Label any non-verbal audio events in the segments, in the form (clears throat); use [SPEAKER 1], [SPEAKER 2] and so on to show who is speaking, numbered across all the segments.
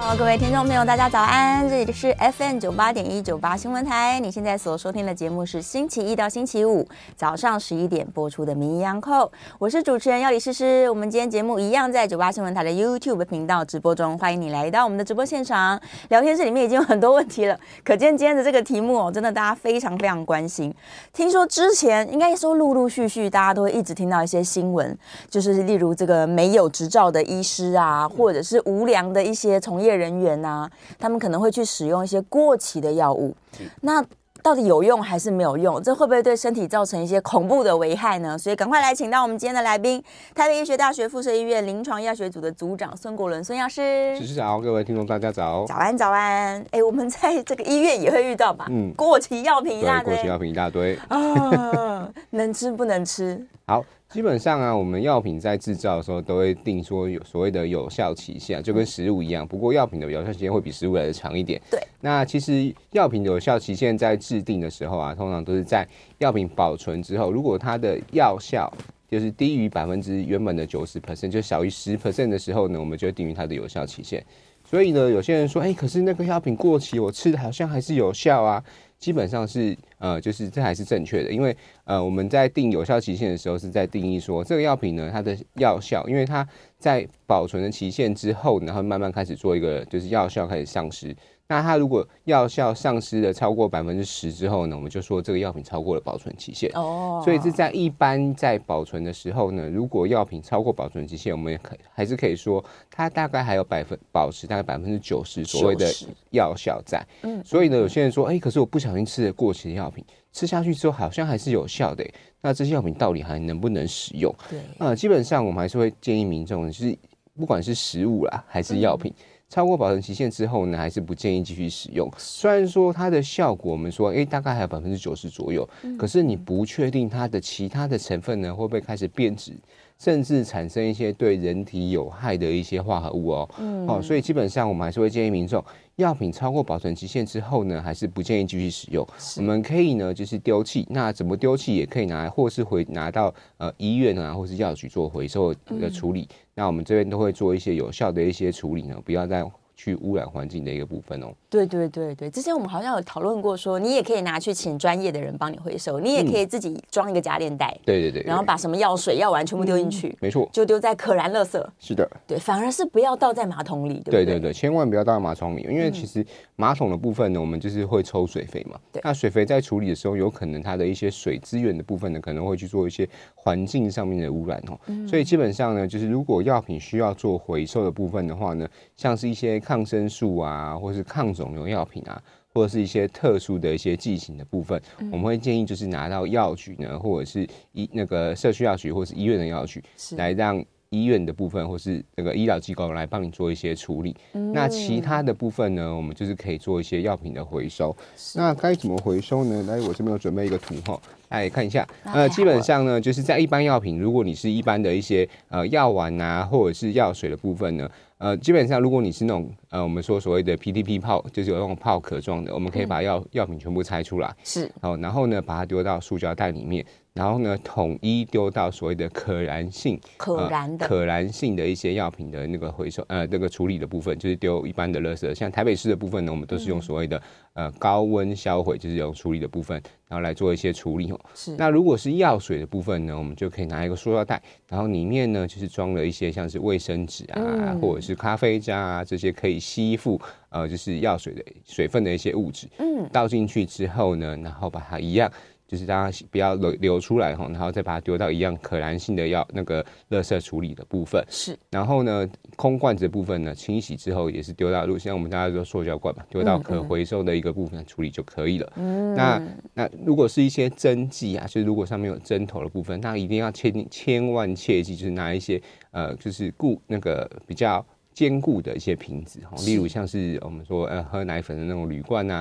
[SPEAKER 1] Hello，各位听众朋友，大家早安！这里是 FM 九八点一九八新闻台，你现在所收听的节目是星期一到星期五早上十一点播出的《名医央叩》，我是主持人要李诗诗。我们今天节目一样在九八新闻台的 YouTube 频道直播中，欢迎你来到我们的直播现场。聊天室里面已经有很多问题了，可见今天的这个题目哦，真的大家非常非常关心。听说之前应该说陆陆续续大家都会一直听到一些新闻，就是例如这个没有执照的医师啊，或者是无良的一些从业人员呐、他们可能会去使用一些过期的药物。那到底有用还是没有用？这会不会对身体造成一些恐怖的危害呢？所以赶快来请到我们今天的来宾，台北医学大学附设医院临床药学组的组长孙国伦孙药师。
[SPEAKER 2] 只是早，各位听众大家早。
[SPEAKER 1] 早安，早安。哎、我们在这个医院也会遇到吧？嗯
[SPEAKER 2] 嗯，
[SPEAKER 1] 过期药品一
[SPEAKER 2] 对，
[SPEAKER 1] 大
[SPEAKER 2] 过
[SPEAKER 1] 堆
[SPEAKER 2] 期药品一
[SPEAKER 1] (laughs)
[SPEAKER 2] 大堆。
[SPEAKER 1] 啊， (laughs) 能吃不能吃？
[SPEAKER 2] 好，基本上啊，我们药品在制造的时候都会定说有所谓的有效期限，就跟食物一样。不过药品的有效期限会比食物来的长一点。
[SPEAKER 1] 嗯对。
[SPEAKER 2] 那其实药品的有效期限在制定的时候啊，通常都是在药品保存之后，如果它的药效就是低于百分之原本的九十 percent，就小于十 percent 的时候呢，我们就会定于它的有效期限。所以呢，有些人说，哎、可是那个药品过期，我吃的好像还是有效啊。基本上是，呃，就是这还是正确的，因为呃，我们在定有效期限的时候是在定义说这个药品呢它的药效，因为它在保存的期限之后呢，然后慢慢开始做一个就是药效开始丧失。那它如果药效丧失的超过百分之十之后呢，我们就说这个药品超过了保存期限。
[SPEAKER 1] 哦，
[SPEAKER 2] 所以是在一般在保存的时候呢，如果药品超过保存期限，我们也可还是可以说它大概还有百分保持大概百分之九十所谓的
[SPEAKER 1] 90
[SPEAKER 2] 药效在。嗯，所以呢，有些人说，哎、可是我不小心吃了过期的药品，吃下去之后好像还是有效的、那这些药品到底还能不能使用？
[SPEAKER 1] 对，
[SPEAKER 2] 呃，基本上我们还是会建议民众，就是不管是食物啦，还是药品，超过保存期限之后呢，还是不建议继续使用。虽然说它的效果，我们说，诶、哎大概还有百分之九十左右，可是你不确定它的其他的成分呢，会不会开始变质，甚至产生一些对人体有害的一些化合物哦。哦，所以基本上我们还是会建议民众，药品超过保存期限之后呢，还是不建议继续使用。我们可以呢，就是丢弃。那怎么丢弃也可以拿来，或是回拿到呃医院啊，或是药局做回收的处理。那我们这边都会做一些有效的一些处理呢，不要再去污染环境的一个部分哦。
[SPEAKER 1] 对对对对，之前我们好像有讨论过说你也可以拿去请专业的人帮你回收，你也可以自己装一个夹链袋，
[SPEAKER 2] 对对嗯对对嗯
[SPEAKER 1] 然后把什么药水、药丸全部丢进去，
[SPEAKER 2] 没错，
[SPEAKER 1] 就丢在可燃垃圾。
[SPEAKER 2] 是的。
[SPEAKER 1] 对，反而是不要倒在马桶里，对不对？
[SPEAKER 2] 对
[SPEAKER 1] 嗯
[SPEAKER 2] 对对，千万不要倒在马桶里，因为其实马桶的部分呢，我们就是会抽水肥嘛
[SPEAKER 1] 对。
[SPEAKER 2] 那水肥在处理的时候，有可能它的一些水资源的部分呢，可能会去做一些环境上面的污染哦。
[SPEAKER 1] 嗯
[SPEAKER 2] 所以基本上呢，就是如果药品需要做回收的部分的话呢，像是一些抗生素啊，或是抗肿瘤药品啊。或者是一些特殊的一些剂型的部分，
[SPEAKER 1] 嗯
[SPEAKER 2] 我们会建议就是拿到药局呢，或者是医那个社区药局，或是医院的药局，
[SPEAKER 1] 是
[SPEAKER 2] 来让医院的部分或是那个医疗机构来帮你做一些处理。
[SPEAKER 1] 嗯
[SPEAKER 2] 那其他的部分呢，我们就是可以做一些药品的回收。那该怎么回收呢？来，我这边有准备一个图哈，来看一下。
[SPEAKER 1] 太好
[SPEAKER 2] 呃，基本上呢，就是在一般药品，如果你是一般的一些呃药丸啊，或者是药水的部分呢。呃，基本上如果你是那种呃，我们说所谓的 PTP 泡，就是有那种泡壳状的，我们
[SPEAKER 1] 嗯
[SPEAKER 2] 可以把药药、品全部拆出来，
[SPEAKER 1] 是
[SPEAKER 2] 好，然后呢，把它丢到塑胶袋里面，然后呢，统一丢到所谓的可燃性
[SPEAKER 1] 可燃的
[SPEAKER 2] 呃、可燃性的一些药品的那个回收呃那个处理的部分，就是丢一般的垃圾。像台北市的部分呢，我们都是
[SPEAKER 1] 嗯
[SPEAKER 2] 用所谓的、呃高温销毁，就是用处理的部分，然后来做一些处理哦。
[SPEAKER 1] 是
[SPEAKER 2] 那如果是药水的部分呢，我们就可以拿一个塑料袋，然后里面呢就是装了一些像是卫生纸啊，或者是咖啡渣啊这些可以吸附呃就是药水的水分的一些物质，嗯，倒进去之后呢，然后把它一样。就是让它不要流流出来哈，然后再把它丢到一样可燃性的药那个垃圾处理的部分。
[SPEAKER 1] 是
[SPEAKER 2] 然后呢，空罐子的部分呢，清洗之后也是丢到路，像我们大家说塑胶罐嘛，丢到可回收的一个部分处理就可以了。那那如果是一些针剂啊，就是如果上面有针头的部分，那一定要千千万切记，就是拿一些呃，就是固那个比较。坚固的一些瓶子哈，例如像是我们说呃喝奶粉的那种铝罐啊，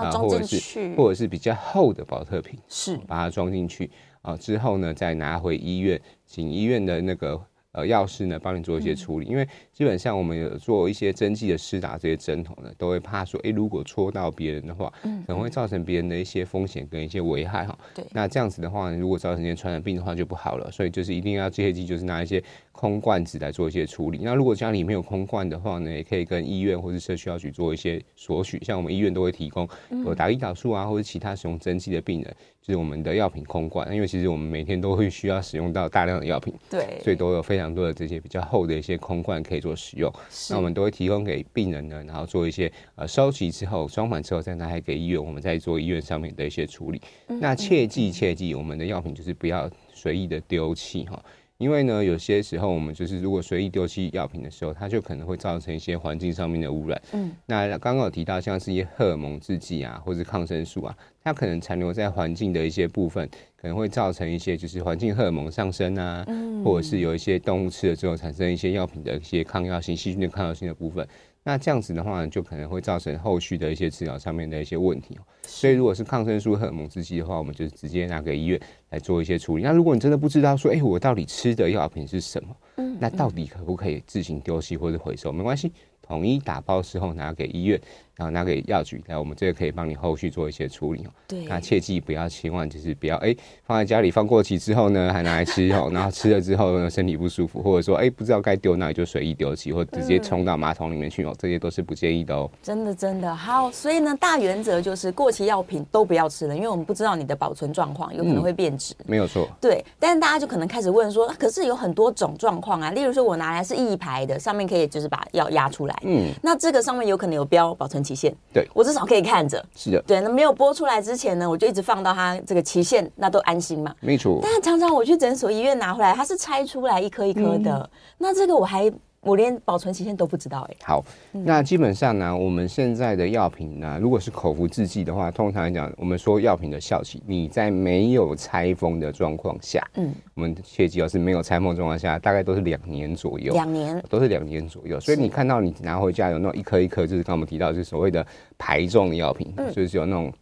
[SPEAKER 1] 啊，装
[SPEAKER 2] 或
[SPEAKER 1] 进
[SPEAKER 2] 者
[SPEAKER 1] 去
[SPEAKER 2] 是或者是比较厚的保特瓶，
[SPEAKER 1] 是
[SPEAKER 2] 把它装进去啊、之后呢，再拿回医院，请医院的那个呃药师呢帮你做一些处理，因为基本上我们有做一些针剂的施打，这些针头呢都会怕说，诶，如果戳到别人的话，可能会造成别人的一些风险跟一些危害哈。
[SPEAKER 1] 对
[SPEAKER 2] 那这样子的话呢，如果造成一些传染病的话就不好了，所以就是一定要这些剂就是拿一些空罐子来做一些处理。那如果家里没有空罐的话呢，也可以跟医院或是社区药局做一些索取，像我们医院都会提供有打胰岛素啊或者其他使用针剂的病人，就是我们的药品空罐，因为其实我们每天都会需要使用到大量的药品，
[SPEAKER 1] 对，
[SPEAKER 2] 所以都有非常多的这些比较厚的一些空罐可以做使用。
[SPEAKER 1] 是
[SPEAKER 2] 那我们都会提供给病人呢，然后做一些呃收集之后，装满之后再拿来给医院，我们再做医院上面的一些处理。
[SPEAKER 1] 嗯
[SPEAKER 2] 那切记切记，我们的药品就是不要随意的丢弃哈。因为呢，有些时候我们就是如果随意丢弃药品的时候，它就可能会造成一些环境上面的污染。嗯，那刚刚有提到像是一些荷尔蒙制剂啊，或是抗生素啊，它可能残留在环境的一些部分，可能会造成一些就是环境荷尔蒙上升啊，或者是有一些动物吃了之后产生一些药品的一些抗药性、细菌的抗药性的部分。那这样子的话呢，就可能会造成后续的一些治疗上面的一些问题哦。所以如果是抗生素、荷尔蒙制剂的话，我们就是直接拿给医院来做一些处理。那如果你真的不知道说，哎、我到底吃的药品是什么，那到底可不可以自行丢弃或者回收？没关系，统一打包之后拿给医院，然后拿给药局，来我们这个可以帮你后续做一些处理哦。
[SPEAKER 1] 对
[SPEAKER 2] 那切记不要，千万就是不要哎、放在家里放过期之后呢，还拿来吃哦，然 (laughs) 后吃了之后呢，身体不舒服，或者说哎、不知道该丢哪里就随意丢弃，或直接冲到马桶里面去哦，这些都是不建议的哦。
[SPEAKER 1] 真的真的好，所以呢，大原则就是过期药品都不要吃了，因为我们不知道你的保存状况，有
[SPEAKER 2] 嗯
[SPEAKER 1] 可能会变质。
[SPEAKER 2] 没有错，
[SPEAKER 1] 对，但是大家就可能开始问说，啊可是有很多种状况啊，例如说我拿来是一排的，上面可以就是把药压出来，嗯，那这个上面有可能有标保存期限，
[SPEAKER 2] 对
[SPEAKER 1] 我至少可以看着，
[SPEAKER 2] 是的，
[SPEAKER 1] 对，那没有播出来之前呢，我就一直放到它这个期限，那都安心嘛。
[SPEAKER 2] 没错
[SPEAKER 1] 但。是常常我去诊所、医院拿回来，它是拆出来一颗一颗的，
[SPEAKER 2] 嗯
[SPEAKER 1] 那这个我还我连保存期限都不知道哎、
[SPEAKER 2] 好，那基本上呢，我们现在的药品呢，如果是口服制剂的话，通常来讲，我们说药品的效期，你在没有拆封的状况下，嗯，我们切记哦，是没有拆封的状况下，大概都是两年左右，
[SPEAKER 1] 两年
[SPEAKER 2] 都是两年左右。所以你看到你拿回家有那种一颗一颗，就是刚刚我们提到，就是所谓的排重的药品，就是有那种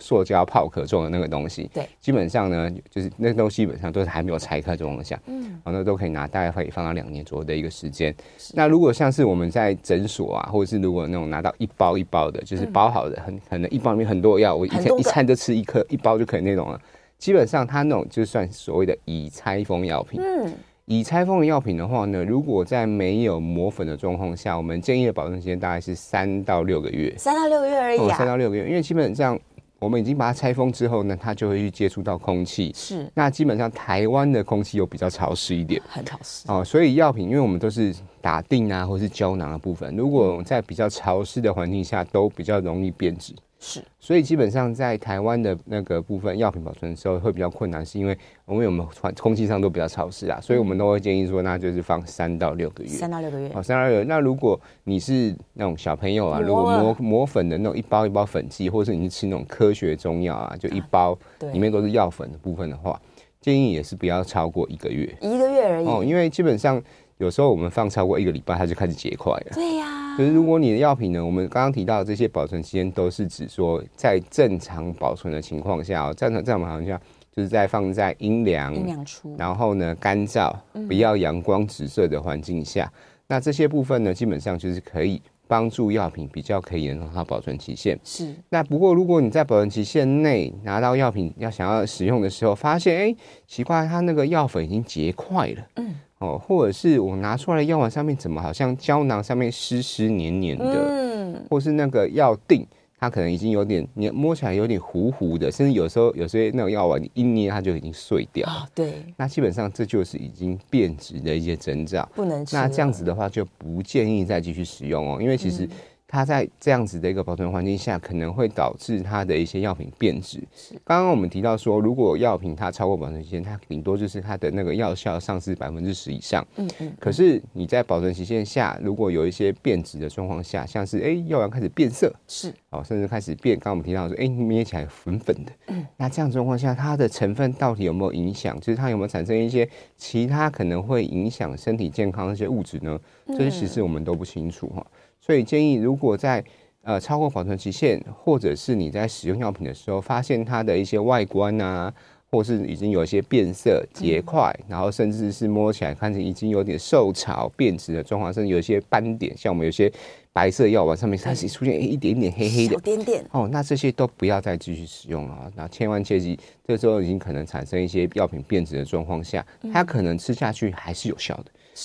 [SPEAKER 2] 塑胶泡壳状的那个东西。
[SPEAKER 1] 对，
[SPEAKER 2] 基本上呢，就是那个东西基本上都是还没有拆开状况下，嗯，然后那都可以拿，大概可以放到两年左右的一个时间。那如果像是我们在诊所啊，或者是如果那种拿到一包一包的，就是包好的，很可能一包里面很多药，我一
[SPEAKER 1] 嗯很多
[SPEAKER 2] 天
[SPEAKER 1] 个
[SPEAKER 2] 一餐就吃一颗，一包就可以那种了。基本上它那种就算所谓的已拆封药品，
[SPEAKER 1] 嗯，
[SPEAKER 2] 已拆封的药品的话呢，如果在没有磨粉的状况下，我们建议的保存时间大概是三到六个月。
[SPEAKER 1] 三到六个月而已
[SPEAKER 2] 哦，
[SPEAKER 1] 啊，
[SPEAKER 2] 三到六个月，因为基本上我们已经把它拆封之后呢，它就会去接触到空气。
[SPEAKER 1] 是
[SPEAKER 2] 那基本上台湾的空气又比较潮湿一点
[SPEAKER 1] 很好吃，
[SPEAKER 2] 哦，所以药品，因为我们都是打定啊，或是胶囊的部分，如果在比较潮湿的环境下，都比较容易变质。
[SPEAKER 1] 是
[SPEAKER 2] 所以基本上在台湾的那个部分药品保存的时候会比较困难，是因为因为我们环空气上都比较潮湿啊，所以我们都会建议说，那就是放三到六个月。
[SPEAKER 1] 三到六个月
[SPEAKER 2] 哦，三二六。那如果你是那种小朋友啊，
[SPEAKER 1] 磨
[SPEAKER 2] 如果
[SPEAKER 1] 了
[SPEAKER 2] 磨磨粉的那种一包一包粉剂，或者是你是吃那种科学中药啊，就一包
[SPEAKER 1] 对
[SPEAKER 2] 里面都是药粉的部分的话，建议也是不要超过一个月
[SPEAKER 1] 一个月而已，
[SPEAKER 2] 哦，因为基本上有时候我们放超过一个礼拜，它就开始结块了。
[SPEAKER 1] 对呀、
[SPEAKER 2] 就是如果你的药品呢，我们刚刚提到的这些保存期间都是指说在正常保存的情况下、哦，正常正常保存下就是在放在阴凉、
[SPEAKER 1] 阴凉出，
[SPEAKER 2] 然后呢干燥，不要阳光直射的环境下，那这些部分呢，基本上就是可以帮助药品比较可以延长它保存期限。
[SPEAKER 1] 是
[SPEAKER 2] 那不过，如果你在保存期限内拿到药品要想要使用的时候，发现哎、诶奇怪，它那个药粉已经结块了，嗯，哦，或者是我拿出来的药丸上面怎么好像胶囊上面湿湿黏黏的，
[SPEAKER 1] 嗯，
[SPEAKER 2] 或是那个药锭，它可能已经有点你摸起来有点糊糊的，甚至有时候有些那种药丸你一捏它就已经碎掉了。
[SPEAKER 1] 哦对，
[SPEAKER 2] 那基本上这就是已经变质的一些征兆。
[SPEAKER 1] 不能吃，
[SPEAKER 2] 那这样子，的话，就不建议再继续使用哦，因为其实它在这样子的一个保存环境下，可能会导致它的一些药品变质。刚刚我们提到说，如果药品它超过保存期限，它顶多就是它的那个药效丧失百分之十以上。
[SPEAKER 1] 嗯嗯，
[SPEAKER 2] 可是你在保存期限下，如果有一些变质的状况下，像是诶药丸开始变色，
[SPEAKER 1] 是
[SPEAKER 2] 哦，甚至开始变。刚刚我们提到说，哎、捏起来粉粉的，那这样状况下，它的成分到底有没有影响？就是它有没有产生一些其他可能会影响身体健康的一些物质呢？这些其实我们都不清楚哈、所以建议，如果在呃超过保存期限，或者是你在使用药品的时候，发现它的一些外观啊。或是已经有一些变色、结块，然后甚至是摸起来看着已经有点受潮、变质的状况，甚至有一些斑点，像我们有些白色药丸上面开始出现一点点黑黑的
[SPEAKER 1] 小，点点，
[SPEAKER 2] 哦，那这些都不要再继续使用了啊！那千万切记，这时候已经可能产生一些药品变质的状况下，它可能吃下去还是有效的，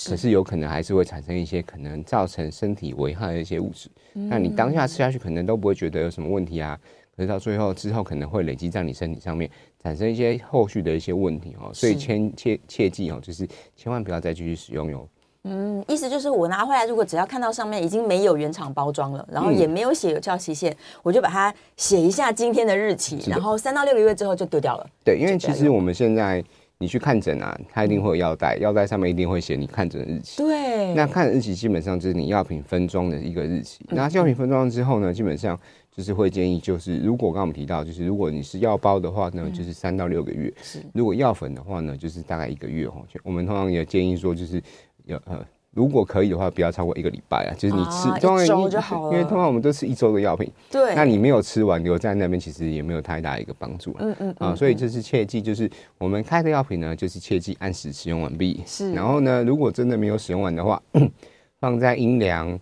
[SPEAKER 2] 可是有可能还是会产生一些可能造成身体危害的一些物质。那你当下吃下去可能都不会觉得有什么问题啊，可是到最后之后可能会累积在你身体上面，产生一些后续的一些问题哦。所以
[SPEAKER 1] 是
[SPEAKER 2] 千切切记哦，就是千万不要再继续使用哟。
[SPEAKER 1] 嗯，意思就是我拿回来，如果只要看到上面已经没有原厂包装了，然
[SPEAKER 2] 嗯
[SPEAKER 1] 后也没有写有效期限，我就把它写一下今天的日期，
[SPEAKER 2] 的
[SPEAKER 1] 然后三到六个月之后就丢掉了。
[SPEAKER 2] 对，因
[SPEAKER 1] 就
[SPEAKER 2] 为
[SPEAKER 1] 不
[SPEAKER 2] 其
[SPEAKER 1] 要
[SPEAKER 2] 实
[SPEAKER 1] 用
[SPEAKER 2] 我们现在你去看诊啊，它一定会有药袋，药袋上面一定会写你看诊的日期。
[SPEAKER 1] 对，
[SPEAKER 2] 那看日期基本上就是你药品分装的一个日期。
[SPEAKER 1] 嗯
[SPEAKER 2] 那药品分装之后呢，基本上就是会建议，就是如果刚刚我们提到，就是如果你是药包的话
[SPEAKER 1] 嗯
[SPEAKER 2] 呢，就是三到六个月；如果药粉的话呢，就是大概一个月哦。就我们通常也建议说，就是有呃。如果可以的话，不要超过一个礼拜啊，就是你吃，
[SPEAKER 1] 啊
[SPEAKER 2] 通常
[SPEAKER 1] 一周
[SPEAKER 2] 你
[SPEAKER 1] 就好了
[SPEAKER 2] 因为通常我们都吃一周的药品，
[SPEAKER 1] 对，嗯
[SPEAKER 2] 那你没有吃完留在那边，其实也没有太大一个帮助了。
[SPEAKER 1] 嗯嗯
[SPEAKER 2] 啊，所以就是切记，就是我们开的药品呢，就是切记按时使用完毕。
[SPEAKER 1] 是
[SPEAKER 2] 然后呢，如果真的没有使用完的话， (clears throat) 放在阴凉、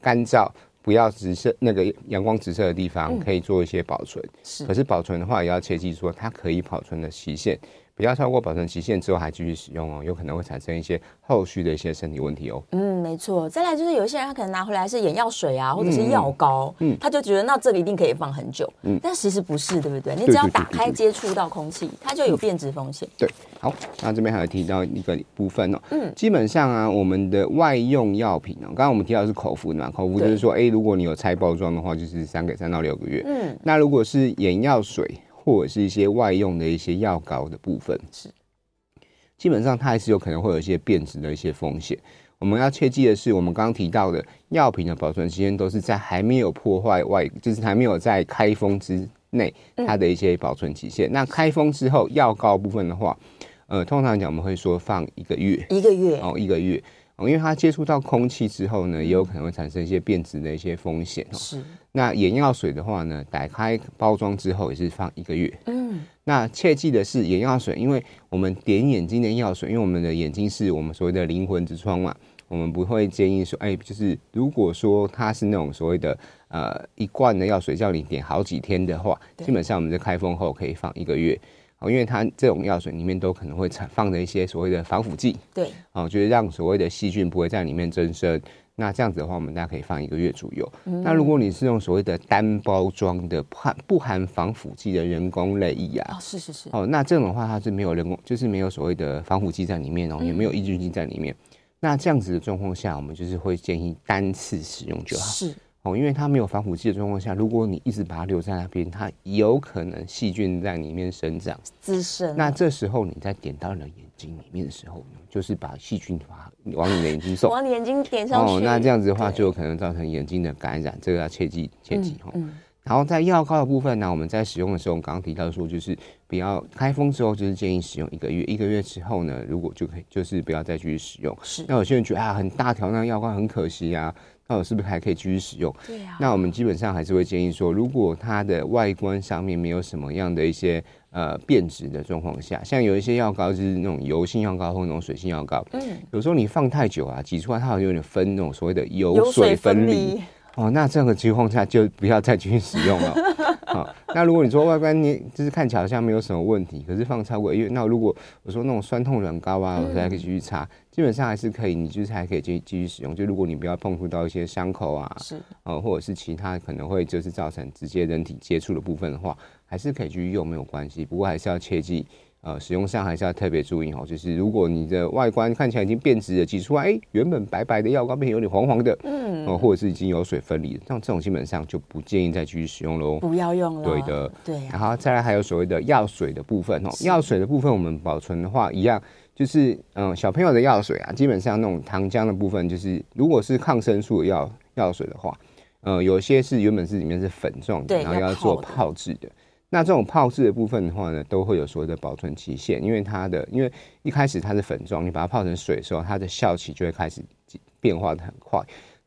[SPEAKER 2] 干燥、不要直射那个阳光直射的地方，可以做一些保存。
[SPEAKER 1] 嗯是
[SPEAKER 2] 可是保存的话，也要切记说它可以保存的期限，不要超过保存期限之后还继续使用哦，有可能会产生一些后续的一些身体问题哦。
[SPEAKER 1] 嗯，没错。再来就是有一些人他可能拿回来是眼药水啊，或者
[SPEAKER 2] 嗯
[SPEAKER 1] 是药膏，他就觉得那这个一定可以放很久，但其实不是，对不对？你只要
[SPEAKER 2] 对对
[SPEAKER 1] 打
[SPEAKER 2] 对
[SPEAKER 1] 开
[SPEAKER 2] 对嗯
[SPEAKER 1] 接触到空气，它就有变质风险。
[SPEAKER 2] 对，好，那这边还有提到一个部分哦，嗯，基本上啊，我们的外用药品哦，刚刚我们提到的是口服的嘛，口服就是说，哎、如果你有拆包装的话，就是三个三到六个月，
[SPEAKER 1] 嗯，
[SPEAKER 2] 那如果是眼药水或者是一些外用的一些药膏的部分，
[SPEAKER 1] 是，
[SPEAKER 2] 基本上它还是有可能会有一些变质的一些风险。我们要切记的是，我们刚刚提到的药品的保存期间都是在还没有破坏外，就是还没有在开封之内，它的一些保存期限。那开封之后，药膏部分的话，呃，通常讲我们会说放一个月，
[SPEAKER 1] 一个月，
[SPEAKER 2] 哦，一个月。哦，因为它接触到空气之后呢，也有可能会产生一些变质的一些风险、哦。
[SPEAKER 1] 是，
[SPEAKER 2] 那眼药水的话呢，打开包装之后也是放一个月。
[SPEAKER 1] 嗯，
[SPEAKER 2] 那切记的是眼药水，因为我们点眼睛的药水，因为我们的眼睛是我们所谓的灵魂之窗嘛，我们不会建议说，哎、就是如果说它是那种所谓的呃一罐的药水，叫你点好几天的话，基本上我们在开封后可以放一个月。哦，因为它这种药水里面都可能会产放着一些所谓的防腐剂，
[SPEAKER 1] 对，
[SPEAKER 2] 哦，就是让所谓的细菌不会在里面增生。那这样子的话，我们大概可以放一个月左右。那如果你是用所谓的单包装的不含不含防腐剂的人工泪液啊
[SPEAKER 1] 哦，，是是是，
[SPEAKER 2] 哦，那这种的话它是没有人工，就是没有所谓的防腐剂在里面哦，也没有抑菌剂在里面。那这样子的状况下，我们就是会建议单次使用就好
[SPEAKER 1] 是，
[SPEAKER 2] 哦，因为它没有防腐剂的状况下，如果你一直把它留在那边，它有可能细菌在里面生长。
[SPEAKER 1] 资深，
[SPEAKER 2] 那这时候你在点到你的眼睛里面的时候呢，就是把细菌把它往你的眼睛送。
[SPEAKER 1] 往眼睛点上去，
[SPEAKER 2] 哦，那这样子的话就有可能造成眼睛的感染，这个要切记切记哦。
[SPEAKER 1] 嗯
[SPEAKER 2] 然后在药膏的部分呢，我们在使用的时候，我们刚刚提到说，就是不要开封之后，就是建议使用一个月，一个月之后呢，如果就可以，就是不要再继续使用。
[SPEAKER 1] 是
[SPEAKER 2] 那有些人觉得啊，很大条那个药膏很可惜啊，那我是不是还可以继续使用？
[SPEAKER 1] 对啊呀、
[SPEAKER 2] 那我们基本上还是会建议说，如果它的外观上面没有什么样的一些呃变质的状况下，像有一些药膏就是那种油性药膏或那种水性药膏，
[SPEAKER 1] 嗯，
[SPEAKER 2] 有时候你放太久啊，挤出来它好像有点分那种所谓的
[SPEAKER 1] 油
[SPEAKER 2] 油
[SPEAKER 1] 水
[SPEAKER 2] 水
[SPEAKER 1] 分
[SPEAKER 2] 分
[SPEAKER 1] 离
[SPEAKER 2] 离。哦，那这样的情况下就不要再继续使 (laughs) 用了。好、那如果你说外观你就是看起来好像没有什么问题，可是放超过一个月，那如果我说那种酸痛软膏啊，我才可以继续擦，基本上还是可以，你就是还可以继续继续使用。就如果你不要碰触到一些伤口啊，
[SPEAKER 1] 是
[SPEAKER 2] 呃，或者是其他可能会就是造成直接人体接触的部分的话，还是可以去用，没有关系。不过还是要切记，呃，使用上还是要特别注意哦。就是如果你的外观看起来已经变质了，挤出来，哎、原本白白的药膏变成有点黄黄的，嗯，呃，或者是已经有水分离了，像这种基本上就不建议再继续使用喽。
[SPEAKER 1] 不要用了，
[SPEAKER 2] 对的，
[SPEAKER 1] 对啊呀、
[SPEAKER 2] 然后再来还有所谓的药水的部分哦，药水的部分我们保存的话，一样就是嗯小朋友的药水啊，基本上那种糖浆的部分，就是如果是抗生素的药药水的话，呃有些是原本是里面是粉状的，
[SPEAKER 1] 对
[SPEAKER 2] 然后
[SPEAKER 1] 要
[SPEAKER 2] 要做
[SPEAKER 1] 泡的
[SPEAKER 2] 泡制的。那这种泡制的部分的话呢，都会有所谓的保存期限，因为它的因为一开始它是粉状，你把它泡成水的时候，它的效期就会开始变化的很快。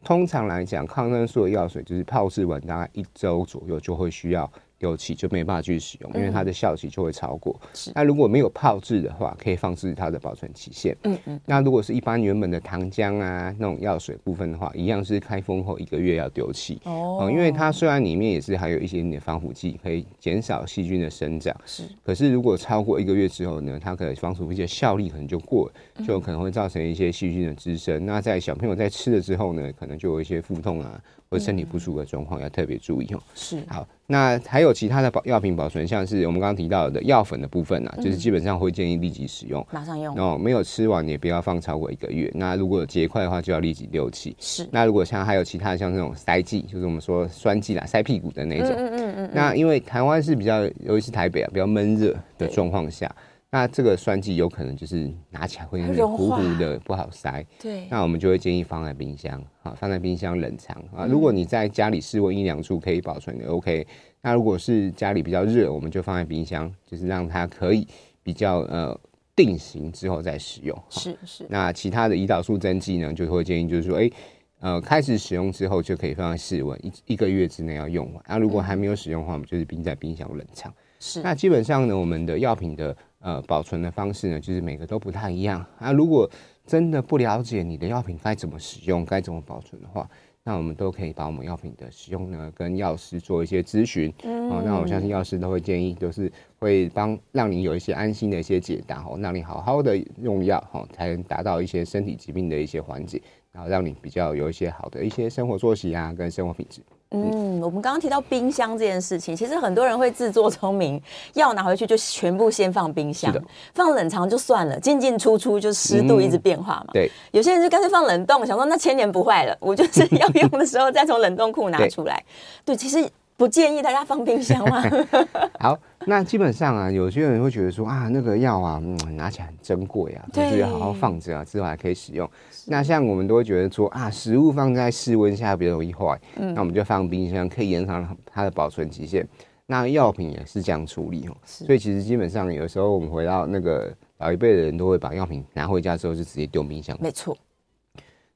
[SPEAKER 2] 通常来讲，抗生素的药水就是泡制完大概一周左右就会需要有期就没办法去使用，因为它的效期就会超过。
[SPEAKER 1] 嗯是
[SPEAKER 2] 那如果没有泡制的话，可以放置它的保存期限。
[SPEAKER 1] 嗯嗯，
[SPEAKER 2] 那如果是一般原本的糖浆啊那种药水部分的话，一样是开封后一个月要丢弃。
[SPEAKER 1] 哦
[SPEAKER 2] 嗯，因为它虽然里面也是含有一些点防腐剂，可以减少细菌的生长，
[SPEAKER 1] 是
[SPEAKER 2] 可是如果超过一个月之后呢，它可能防腐剂的效力可能就过了，
[SPEAKER 1] 嗯
[SPEAKER 2] 就可能会造成一些细菌的滋生。那在小朋友在吃了之后呢，可能就有一些腹痛啊或身体不舒服的状况，要特别注意哦。
[SPEAKER 1] 嗯是
[SPEAKER 2] 好，那还有其他的保药品保存，像是我们刚刚提到的药粉的部分啊，
[SPEAKER 1] 嗯
[SPEAKER 2] 就是基本上会建议立即使用。
[SPEAKER 1] 马上用
[SPEAKER 2] 然后哦没有吃完也不要放超过一个月。那如果有结块的话，就要立即丢弃。
[SPEAKER 1] 是
[SPEAKER 2] 那如果像还有其他像那种塞剂，就是我们说酸剂啦、塞屁股的那种。
[SPEAKER 1] 嗯嗯嗯
[SPEAKER 2] 那因为台湾是比较，尤其是台北啊，比较闷热的状况下，那这个酸剂有可能就是拿起来会有点
[SPEAKER 1] 融
[SPEAKER 2] 糊
[SPEAKER 1] 化
[SPEAKER 2] 糊的，不好塞。
[SPEAKER 1] 对
[SPEAKER 2] 那我们就会建议放在冰箱啊，放在冰箱冷藏啊。
[SPEAKER 1] 嗯
[SPEAKER 2] 如果你在家里室温一两处可以保存的，OK。那如果是家里比较热，我们就放在冰箱，就是让它可以比较呃定型之后再使用。哈
[SPEAKER 1] 是是
[SPEAKER 2] 那其他的胰岛素针剂呢，就会建议就是说，哎、呃，开始使用之后就可以放在室温，一一个月之内要用完。那、如果还没有使用的话，我们就是冰在冰箱冷藏。
[SPEAKER 1] 是
[SPEAKER 2] 那基本上呢，我们的药品的呃保存的方式呢，就是每个都不太一样啊。如果真的不了解你的药品该怎么使用、该怎么保存的话，那我们都可以把我们药品的使用呢，跟药师做一些咨询。嗯、哦，那我相信药师都会建议，就是会帮让你有一些安心的一些解答哦，让你好好的用药哦，才能达到一些身体疾病的一些缓解，然后让你比较有一些好的一些生活作息啊，跟生活品质。
[SPEAKER 1] 嗯，我们刚刚提到冰箱这件事情，其实很多人会自作聪明，药拿回去就全部先放冰箱
[SPEAKER 2] 是的，
[SPEAKER 1] 放冷藏就算了，进进出出就湿度一直变化嘛。
[SPEAKER 2] 对，
[SPEAKER 1] 有些人就干脆放冷冻，想说那千年不坏了，我就是要用的时候再从冷冻库拿
[SPEAKER 2] 对
[SPEAKER 1] 出
[SPEAKER 2] (laughs)
[SPEAKER 1] 来。对，其实不建议大家放冰箱啊嘛。
[SPEAKER 2] (laughs) 好，那基本上啊，有些人会觉得说啊，那个药啊，嗯，拿起来很珍贵啊，就
[SPEAKER 1] 对
[SPEAKER 2] 是好好放着啊，之后还可以使用。那像我们都会觉得说啊，食物放在室温下比较容易坏，那我们就放冰箱，可以延长它的保存期限。那药品也是这样处理哦，所以其实基本上有时候我们回到那个老一辈的人都会把药品拿回家之后就直接丢冰箱。
[SPEAKER 1] 没错，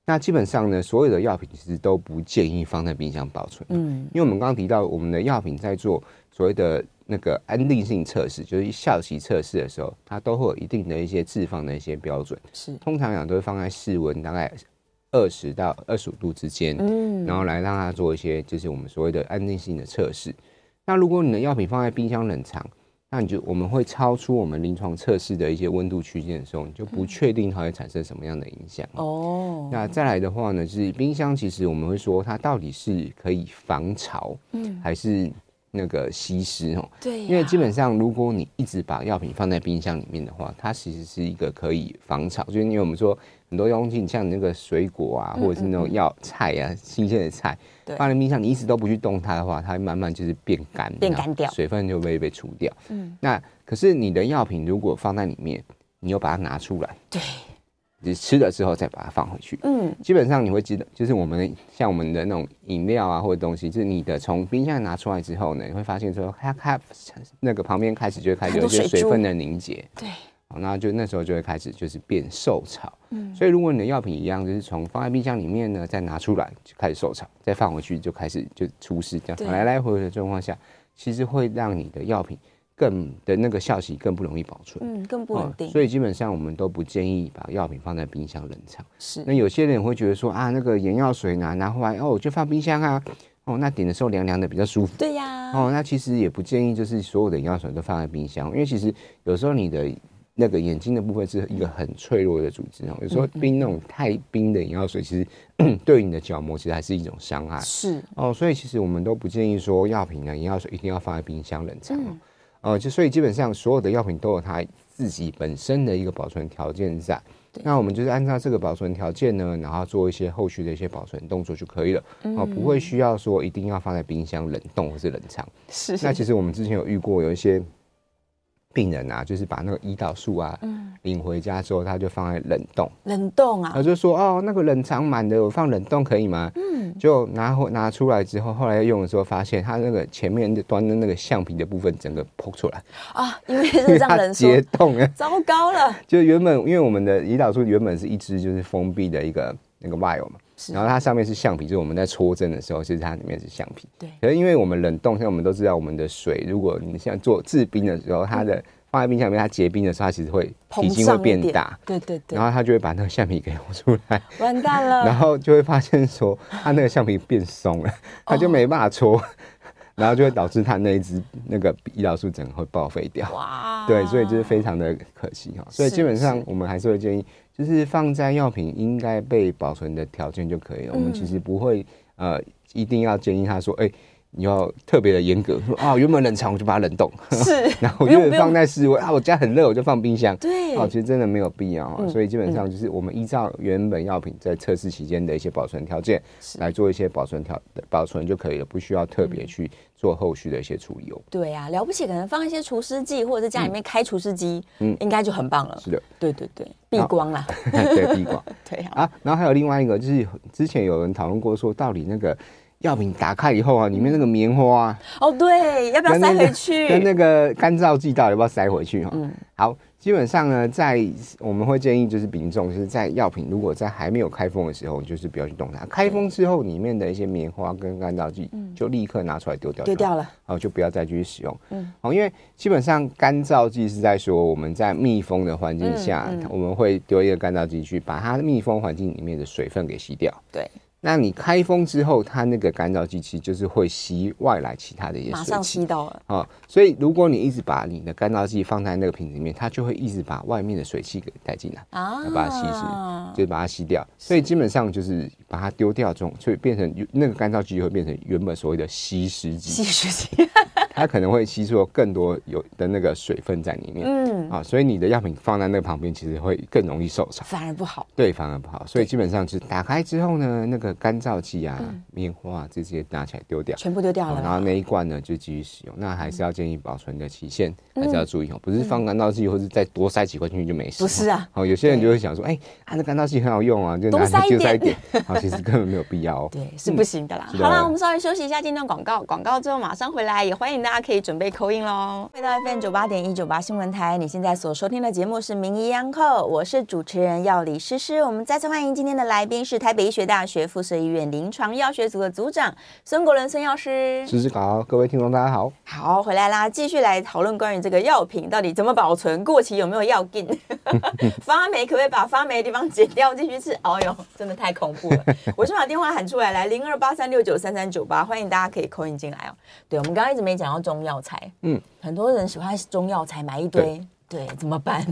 [SPEAKER 2] 那基本上呢，所有的药品其实都不建议放在冰箱保存。
[SPEAKER 1] 嗯，
[SPEAKER 2] 因为我们刚刚提到，我们的药品在做所谓的那个安定性测试，就是效期测试的时候，它都会有一定的一些置放的一些标准。
[SPEAKER 1] (laughs) 是
[SPEAKER 2] 通常啊讲都会放在室温大概二十到二十五度之间，
[SPEAKER 1] 嗯
[SPEAKER 2] 然后来让它做一些就是我们所谓的安定性的测试。那如果你的药品放在冰箱冷藏，那你就我们会超出我们临床测试的一些温度区间的时候，你就
[SPEAKER 1] 嗯
[SPEAKER 2] 不确定它会产生什么样的影响。
[SPEAKER 1] 哦，
[SPEAKER 2] 那再来的话呢，是冰箱，其实我们会说它到底是可以防潮，嗯，还是那个吸湿哦？
[SPEAKER 1] 对呀，
[SPEAKER 2] 因为基本上，如果你一直把药品放在冰箱里面的话，它其实是一个可以防潮，就是因为我们说很多东西，你像你那个水果啊，或者是那种药菜啊，新鲜的菜
[SPEAKER 1] 嗯对，
[SPEAKER 2] 放在冰箱，你一直都不去动它的话，它会慢慢就是变干，
[SPEAKER 1] 变干掉
[SPEAKER 2] 然后水分就被被除掉。嗯，那可是你的药品如果放在里面，你又把它拿出来，
[SPEAKER 1] 对，
[SPEAKER 2] 你吃了之后再把它放回去，
[SPEAKER 1] 嗯，
[SPEAKER 2] 基本上你会记得，就是我们像我们的那种饮料啊或者东西，就是你的从冰箱拿出来之后呢，你会发现说它它那个旁边开始就会开始有一些
[SPEAKER 1] 很多水
[SPEAKER 2] 水
[SPEAKER 1] 珠
[SPEAKER 2] 分的凝结，
[SPEAKER 1] 对，
[SPEAKER 2] 好那就那时候就会开始就是变受潮。嗯，所以如果你的药品一样，就是从放在冰箱里面呢，再拿出来就开始受潮，再放回去就开始就出事，这
[SPEAKER 1] 对
[SPEAKER 2] 样来来回回的状况下，其实会让你的药品更的那个效期更不容易保存。
[SPEAKER 1] 嗯，更不稳定，
[SPEAKER 2] 哦所以基本上我们都不建议把药品放在冰箱冷藏。
[SPEAKER 1] 是
[SPEAKER 2] 那有些人会觉得说啊，那个眼药水拿拿回来哦，我就放冰箱啊，哦，那点的时候凉凉的比较舒服。
[SPEAKER 1] 对呀，
[SPEAKER 2] 哦，那其实也不建议就是所有的眼药水都放在冰箱，因为其实有时候你的那个眼睛的部分是一个很脆弱的组织哦，有时候冰那种太冰的眼药水，其实 (clears throat) 对你的角膜其实还是一种伤害。
[SPEAKER 1] 是
[SPEAKER 2] 哦，所以其实我们都不建议说药品呢，眼药水一定要放在冰箱冷藏哦。呃，就所以基本上所有的药品都有它自己本身的一个保存条件在。那我们就是按照这个保存条件呢，然后做一些后续的一些保存动作就可以了。哦，不会需要说一定要放在冰箱冷冻或是冷藏。
[SPEAKER 1] 是，
[SPEAKER 2] 那其实我们之前有遇过有一些病人啊，就是把那个胰岛素啊、领回家之后，他就放在冷冻。
[SPEAKER 1] 冷冻啊
[SPEAKER 2] 他，就说哦，那个冷藏满的，我放冷冻可以吗？嗯，就拿回拿出来之后，后来用的时候发现它那个前面的端的那个橡皮的部分整个剖出
[SPEAKER 1] (laughs)
[SPEAKER 2] 来，
[SPEAKER 1] 啊，因为是让人
[SPEAKER 2] (laughs)
[SPEAKER 1] 说
[SPEAKER 2] 解冻了。
[SPEAKER 1] 糟糕了，
[SPEAKER 2] 就原本因为我们的胰岛素原本是一支就是封闭的一个那个 vial 嘛，
[SPEAKER 1] 是
[SPEAKER 2] 然后它上面是橡皮，就是我们在搓针的时候，其实它里面是橡皮。
[SPEAKER 1] 对
[SPEAKER 2] 可是因为我们冷冻，像我们都知道，我们的水，如果你像做制冰的时候，它的放在冰箱里面，它结冰的时候，它其实会体
[SPEAKER 1] 嗯膨
[SPEAKER 2] 积会
[SPEAKER 1] 胀一
[SPEAKER 2] 变
[SPEAKER 1] 点
[SPEAKER 2] 大，，
[SPEAKER 1] 对对对
[SPEAKER 2] 然，后它就会把那个橡皮给咬出来，
[SPEAKER 1] 完蛋
[SPEAKER 2] 然
[SPEAKER 1] 了，
[SPEAKER 2] 后就会发现说，它那个橡皮变松了，它
[SPEAKER 1] 哦
[SPEAKER 2] 就没办法搓， (laughs) 然后就会导致它那一只那个胰岛素整个会报废掉。
[SPEAKER 1] 哇
[SPEAKER 2] 对，所以就是非常的可惜哈。所以基本上我们还是会建议，就是放在药品应该被保存的条件就可以了。我们
[SPEAKER 1] 嗯
[SPEAKER 2] 其实不会呃一定要建议他说，哎、你要特别的严格，说啊原本冷藏我就把它冷冻， (laughs)
[SPEAKER 1] 是，
[SPEAKER 2] 然后
[SPEAKER 1] 不用
[SPEAKER 2] 越
[SPEAKER 1] 不
[SPEAKER 2] 放
[SPEAKER 1] 用，
[SPEAKER 2] 在室温啊我家很热我就放冰箱。
[SPEAKER 1] 对，
[SPEAKER 2] 哦，其实真的没有必要哈，
[SPEAKER 1] 嗯
[SPEAKER 2] 所以基本上就是我们依照原本药品在测试期间的一些保存条件
[SPEAKER 1] 是
[SPEAKER 2] 来做一些保存条保存就可以了，不需要特别去做后续的一些处理哦。
[SPEAKER 1] 对啊，了不起，可能放一些除湿剂，或者是家里面开除湿机，嗯，应该就很棒了。
[SPEAKER 2] 是的， (laughs)
[SPEAKER 1] 对对对，避光啦，
[SPEAKER 2] 对，避光。
[SPEAKER 1] 对啊，
[SPEAKER 2] 啊，然后还有另外一个，就是之前有人讨论过说，到底那个药品打开以后啊，里面那个棉花啊，
[SPEAKER 1] 哦对，要不要
[SPEAKER 2] 跟那
[SPEAKER 1] 塞
[SPEAKER 2] 个
[SPEAKER 1] 回
[SPEAKER 2] 跟那
[SPEAKER 1] 去？
[SPEAKER 2] 个干燥剂到底要不要塞回去哈、
[SPEAKER 1] 嗯
[SPEAKER 2] 好，基本上呢，在我们会建议就是民众就是在药品如果在还没有开封的时候，就是不要去动它。开封之后，里面的一些棉花跟干燥剂就立刻拿出来丢
[SPEAKER 1] 嗯
[SPEAKER 2] 掉，
[SPEAKER 1] 丢掉了，
[SPEAKER 2] 哦，就不要再继续使用。
[SPEAKER 1] 嗯
[SPEAKER 2] 嗯，哦，因为基本上干燥剂是在说我们在密封的环境下，
[SPEAKER 1] 嗯嗯
[SPEAKER 2] 我们会丢一个干燥剂去把它密封环境里面的水分给吸掉。
[SPEAKER 1] 对，
[SPEAKER 2] 那你开封之后，它那个干燥剂其实就是会吸外来其他的一些
[SPEAKER 1] 马
[SPEAKER 2] 水
[SPEAKER 1] 上
[SPEAKER 2] 汽。
[SPEAKER 1] 吸到了，
[SPEAKER 2] 哦，所以如果你一直把你的干燥剂放在那个瓶子里面，它就会一直把外面的水汽给带进来，
[SPEAKER 1] 啊
[SPEAKER 2] 把它稀释，就是把它吸掉。所以基本上就是把它丢掉中，所以变成那个干燥剂就会变成原本所谓的稀释
[SPEAKER 1] 稀
[SPEAKER 2] 剂。
[SPEAKER 1] 释
[SPEAKER 2] 嗯
[SPEAKER 1] 剂，
[SPEAKER 2] 它可能会吸收更多有的那个水分在里面。
[SPEAKER 1] 嗯，
[SPEAKER 2] 啊，所以你的药品放在那个旁边，其实会更容易受伤，
[SPEAKER 1] 反而不好，
[SPEAKER 2] 对，反而不好。所以基本上就是打开之后呢，那个干燥剂啊、
[SPEAKER 1] 嗯
[SPEAKER 2] 棉花啊这些拿起来丢掉，
[SPEAKER 1] 全部丢掉
[SPEAKER 2] 啊然后
[SPEAKER 1] 了，
[SPEAKER 2] 那一罐呢就继续使用。那还是要建议保存的期限，
[SPEAKER 1] 嗯
[SPEAKER 2] 还是要注意哦，不是放干燥剂或是再多塞几罐进去就没事。
[SPEAKER 1] 不是啊，
[SPEAKER 2] 哦，有些人就会想说，哎，啊那干燥剂很好用啊，就
[SPEAKER 1] 多
[SPEAKER 2] 拿
[SPEAKER 1] 塞一
[SPEAKER 2] (laughs) 就塞一
[SPEAKER 1] 点
[SPEAKER 2] 点，好，其实根本没有必要哦。
[SPEAKER 1] (laughs) 对，嗯是不行的啦。
[SPEAKER 2] 是的
[SPEAKER 1] 好啦，我们稍微休息一下，进段广告。广告之后马上回来，也欢迎大家可以准备扣印喽。回到 FM 九八点一九八新闻台，你现在所收听的节目是《名医央叩》，我是主持人药理诗诗。我们再次欢迎今天的来宾是台北医学大学附设医院临床药学组的组长孙国伦孙药师。
[SPEAKER 2] 芝芝好，哦各位听众大家好。
[SPEAKER 1] 好，回来啦，继续来讨论关于这个药品到底怎么保存，过期有没有药劲， (laughs) 发霉可不可以把发霉的地方剪掉继续吃？哦哟，真的太恐怖了！我先把电话喊出来，来零二八三六九三三九八，欢迎大家可以扣音进来哦。对，我们刚刚一直没讲到中药材，嗯
[SPEAKER 2] 嗯，
[SPEAKER 1] 很多人喜欢中药材买一堆，对，怎么
[SPEAKER 2] (laughs)
[SPEAKER 1] 办？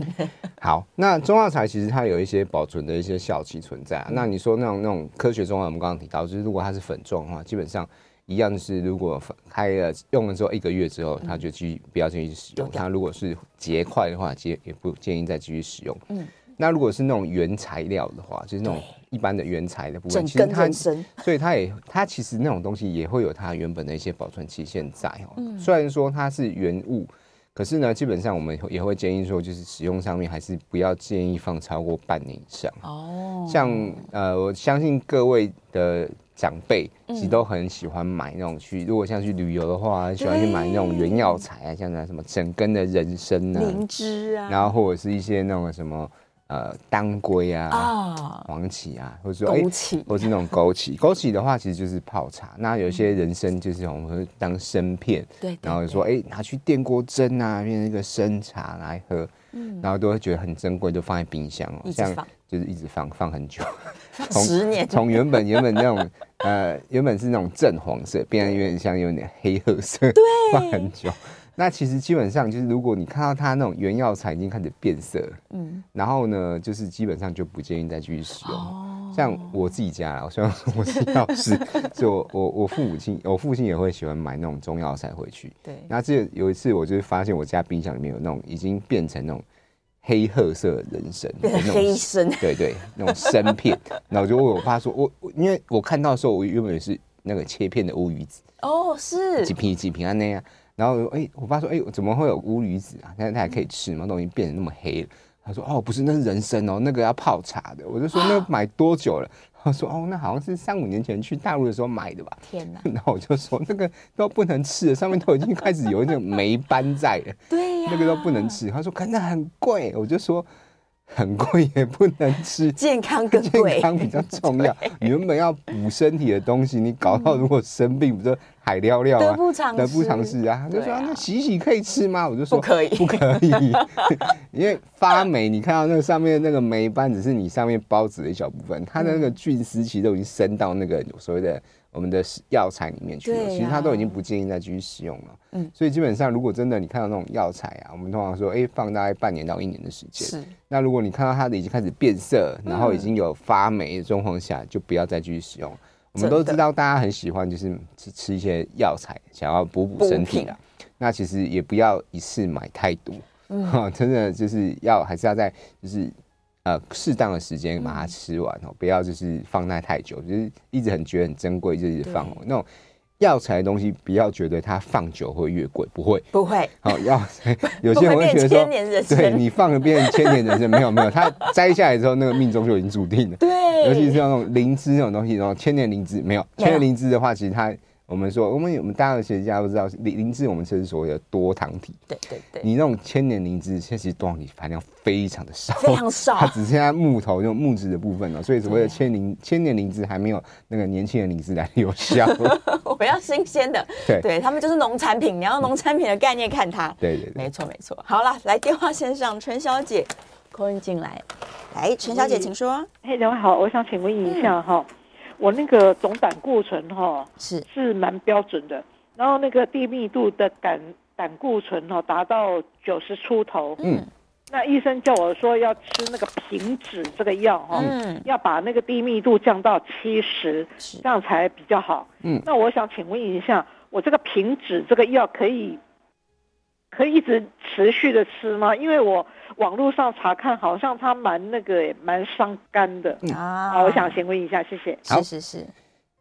[SPEAKER 2] 好，那中药材其实它有一些保存的一些效期存在、啊。
[SPEAKER 1] 嗯
[SPEAKER 2] 那你说那种那种科学中药，我们刚刚提到，就是如果它是粉状的话，基本上一样是如果开了用了之后一个月之后，它就继续不要继续使用。
[SPEAKER 1] 嗯丢掉
[SPEAKER 2] 它如果是结块的话，也也不建议再继续使用。
[SPEAKER 1] 嗯
[SPEAKER 2] 嗯，那如果是那种原材料的话，就是那种
[SPEAKER 1] 对
[SPEAKER 2] 一般的原材的部分，
[SPEAKER 1] 整
[SPEAKER 2] 其实
[SPEAKER 1] 根
[SPEAKER 2] 它
[SPEAKER 1] 人参，
[SPEAKER 2] 所以它也，它其实那种东西也会有它原本的一些保存期限在哦。
[SPEAKER 1] 嗯
[SPEAKER 2] 虽然说它是原物，可是呢，基本上我们也会建议说，就是使用上面还是不要建议放超过半年以上。
[SPEAKER 1] 哦，
[SPEAKER 2] 像呃，我相信各位的长辈
[SPEAKER 1] 嗯
[SPEAKER 2] 其实都很喜欢买那种去，如果像去旅游的话，很喜欢去买那种原药材啊，像那什么整根的人参
[SPEAKER 1] 灵
[SPEAKER 2] 啊，
[SPEAKER 1] 芝啊，
[SPEAKER 2] 然后或者是一些那种什么呃当归啊、
[SPEAKER 1] 啊，
[SPEAKER 2] 黄芪啊，或者说哎
[SPEAKER 1] 枸杞，
[SPEAKER 2] 或是那种枸杞。枸杞的话，其实就是泡茶。那有些人参就是我们会当参片，
[SPEAKER 1] 对，对
[SPEAKER 2] 然后就说，哎、拿去电锅蒸啊，变成一个参茶来喝，然后都会觉得很珍贵，就放在冰箱哦、
[SPEAKER 1] 嗯一直放
[SPEAKER 2] 就是一直放放很久，
[SPEAKER 1] 对十年
[SPEAKER 2] 从原本原本那种呃原本是那种正黄色，变得有点像有点黑褐色，对，放很久。那其实基本上就是，如果你看到它那种原药材已经开始变色了，
[SPEAKER 1] 嗯
[SPEAKER 2] 嗯，然后呢，就是基本上就不建议再继续使用。
[SPEAKER 1] 哦，
[SPEAKER 2] 像我自己家啦，我虽然说我是药师，所以我我我父母亲，我父亲也会喜欢买那种中药材回去。
[SPEAKER 1] 对，
[SPEAKER 2] 那这有一次，我就是发现我家冰箱里面有那种已经变成那种黑褐色的人参，
[SPEAKER 1] 变
[SPEAKER 2] 那
[SPEAKER 1] 成
[SPEAKER 2] 种
[SPEAKER 1] 黑参，
[SPEAKER 2] 对对，那种参片。然后我就问我爸说，我我因为我看到的时候，我原本是那个切片的乌鱼子，
[SPEAKER 1] 哦，是
[SPEAKER 2] 几片几片啊那样。然后我说哎、我爸说，哎、怎么会有乌鱼子啊？但是它还可以吃吗？都已经变得那么黑了。他说，哦，不是，那是人参哦，那个要泡茶的。我就说，那买多久了？他说，哦，那好像是三五年前去大陆的时候买的吧。
[SPEAKER 1] 天哪，
[SPEAKER 2] 然后我就说，那个都不能吃了，上面都已经开始有一种霉斑在了。
[SPEAKER 1] 对呀，，
[SPEAKER 2] 那个都不能吃。他说可那很贵，我就说很贵也不能吃
[SPEAKER 1] 健康
[SPEAKER 2] (laughs)
[SPEAKER 1] 更
[SPEAKER 2] 健
[SPEAKER 1] 贵，
[SPEAKER 2] 康比较重
[SPEAKER 1] (laughs)
[SPEAKER 2] 要。你原本要补身体的东西，你搞到如果生病，不就海料料
[SPEAKER 1] 得
[SPEAKER 2] 啊？
[SPEAKER 1] 不偿
[SPEAKER 2] 得不偿
[SPEAKER 1] 失
[SPEAKER 2] 失啊！他就说、
[SPEAKER 1] 对啊
[SPEAKER 2] 啊那洗洗可以吃吗？我就说
[SPEAKER 1] 不可以
[SPEAKER 2] 不可以， (laughs) 因为发霉，你看到那个上面那个霉斑，只是你上面孢子的一小部分，它的那个菌丝其实都已经伸到那个所谓的我们的药材里面去了，
[SPEAKER 1] 对啊
[SPEAKER 2] 其实它都已经不建议再继续使用了。
[SPEAKER 1] 嗯
[SPEAKER 2] 嗯，所以基本上如果真的你看到那种药材啊，我们通常说，哎、放大概半年到一年的时间。
[SPEAKER 1] 是
[SPEAKER 2] 那如果你看到它的已经开始变色，
[SPEAKER 1] 嗯
[SPEAKER 2] 然后已经有发霉的状况下，就不要再继续使用。我们都
[SPEAKER 1] 真的
[SPEAKER 2] 知道，大家很喜欢就是吃吃一些药材，想要补补身体啊。那其实也不要一次买太多，
[SPEAKER 1] 嗯
[SPEAKER 2] (laughs) 哈，真的就是要还是要在就是呃适当的时间把它吃完
[SPEAKER 1] 嗯
[SPEAKER 2] 哦，不要就是放在太久，就是一直很觉得很珍贵，就一直放哦。那种药材的东西，不要觉得它放久会越贵，不会。
[SPEAKER 1] 不会，
[SPEAKER 2] 好、药材 (laughs) 有
[SPEAKER 1] 不
[SPEAKER 2] 些
[SPEAKER 1] 会
[SPEAKER 2] 人会
[SPEAKER 1] 变
[SPEAKER 2] 觉得
[SPEAKER 1] 千
[SPEAKER 2] 说，
[SPEAKER 1] 年人
[SPEAKER 2] 对
[SPEAKER 1] 生，
[SPEAKER 2] 你放了变千年人参，没有没有，它 (laughs) 摘下来之后，那个命中就已经注定了。
[SPEAKER 1] 对，
[SPEAKER 2] 尤其是那种灵芝那种东西，然后千年灵芝没有，
[SPEAKER 1] 没有
[SPEAKER 2] 千年灵芝的话，其实它我们说，我们我们大家的学家都知道，灵灵芝我们称之为的多糖体。
[SPEAKER 1] 对对对，
[SPEAKER 2] 你那种千年灵芝，现在其实多糖体含量非常的少，
[SPEAKER 1] 非常少
[SPEAKER 2] 它只剩下木头那种木质的部分了，所以所谓的千年千年灵芝还没有那个年轻的灵芝来的有
[SPEAKER 1] (laughs)
[SPEAKER 2] 效。
[SPEAKER 1] 我们要新鲜的，
[SPEAKER 2] 对
[SPEAKER 1] 对他们就是农产品，你要用农产品的概念看它。
[SPEAKER 2] 对对对，
[SPEAKER 1] 没错没错。好了，来电话线上，陈小姐，扣音进来，来，陈小姐，请说。
[SPEAKER 3] 嘿，两位好，我想请问一下哈、我那个总胆固醇哈、
[SPEAKER 1] 是
[SPEAKER 3] 是蛮标准的，然后那个低密度的胆胆固醇哈、达到九十出头，
[SPEAKER 2] 嗯，
[SPEAKER 3] 那医生叫我说要吃那个平脂这个药哈、
[SPEAKER 1] 嗯
[SPEAKER 3] 要把那个低密度降到七十，
[SPEAKER 1] 是
[SPEAKER 3] 这样才比较好。
[SPEAKER 2] 嗯
[SPEAKER 3] 那我想请问一下，我这个平脂这个药可以可以一直持续的吃吗？因为我网络上查看，好像它蛮那个耶蛮伤肝的。
[SPEAKER 2] 嗯
[SPEAKER 1] 啊
[SPEAKER 3] 好，我想询问一下，谢谢。
[SPEAKER 1] 是是是，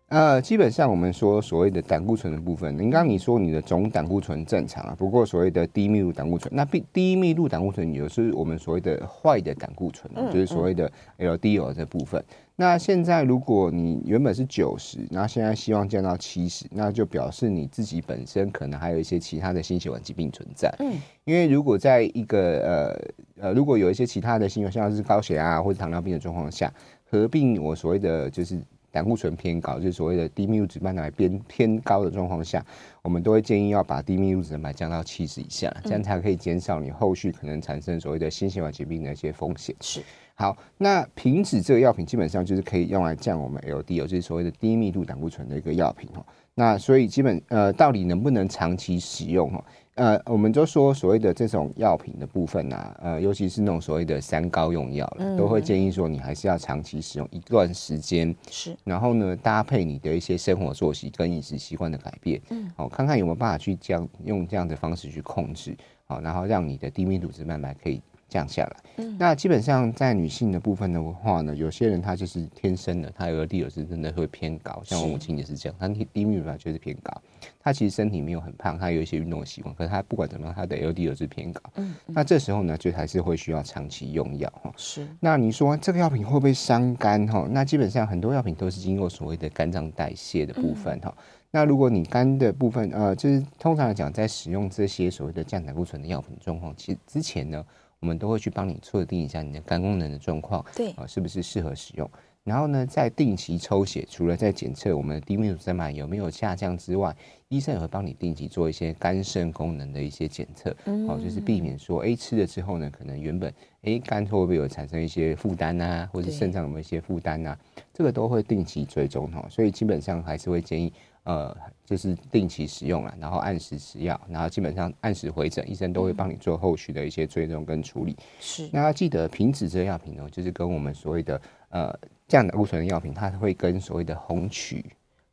[SPEAKER 2] 呃，基本上我们说所谓的胆固醇的部分，您刚刚你说你的总胆固醇正常啊，不过所谓的低密度胆固醇，那低低密度胆固醇也就是我们所谓的坏的胆固醇、啊，就是所谓的 LDL 这部分。那现在如果你原本是九十，那现在希望降到七十，那就表示你自己本身可能还有一些其他的心血管疾病存在。
[SPEAKER 1] 嗯，
[SPEAKER 2] 因为如果在一个呃呃，如果有一些其他的心血管像是高血压、啊、或者糖尿病的状况下，合并我所谓的就是胆固醇偏高，就是所谓的低密度脂蛋白偏偏高的状况下，我们都会建议要把低密度脂蛋白降到七十以下，这样才可以减少你后续可能产生所谓的心血管疾病的一些风险。
[SPEAKER 1] 是
[SPEAKER 2] 好，那平脂这个药品基本上就是可以用来降我们 LDL，就是所谓的低密度胆固醇的一个药品哦。那所以基本呃，到底能不能长期使用哦？呃，我们就说所谓的这种药品的部分啊，呃，尤其是那种所谓的三高用药了，都会建议说你还是要长期使用一段时间，
[SPEAKER 1] 是，
[SPEAKER 2] 然后呢，搭配你的一些生活作息跟饮食习惯的改变，嗯，好、看看有没有办法去这样用这样的方式去控制，好、然后让你的低密度脂蛋白可以降下来。嗯，那基本上在女性的部分的话呢，有些人她就是天生的，她有的地有是真的会偏高，像我母亲也是这样，她低密度脂蛋白就是偏高。她其实身体没有很胖，她有一些运动的习惯，可是她不管怎么样，她的 LDL 是偏高。嗯，那这时候呢，就还是会需要长期用药哦哈。
[SPEAKER 1] 是
[SPEAKER 2] 那你说这个药品会不会伤肝？哈，那基本上很多药品都是经过所谓的肝脏代谢的部分哈。那如果你肝的部分，呃，就是通常来讲，在使用这些所谓的降胆固醇的药品状况，其实之前呢，我们都会去帮你测定一下你的肝功能的状况，
[SPEAKER 1] 对
[SPEAKER 2] 啊，是不是适合使用？然后呢，在定期抽血，除了在检测我们的低密度脂蛋白有没有下降之外，医生也会帮你定期做一些肝肾功能的一些检测，哦，就是避免说，哎，吃了之后呢，可能原本哎肝会不会有产生一些负担啊，或是
[SPEAKER 1] 对
[SPEAKER 2] 肾脏有没有一些负担啊，这个都会定期追踪哦，所以基本上还是会建议。呃，就是定期使用啊啦，然后按时吃药，然后基本上按时回诊，医生都会帮你做后续的一些追踪跟处理。
[SPEAKER 1] 是，
[SPEAKER 2] 那要记得平脂这个药品呢，就是跟我们所谓的呃降胆固醇的药品，它会跟所谓的红曲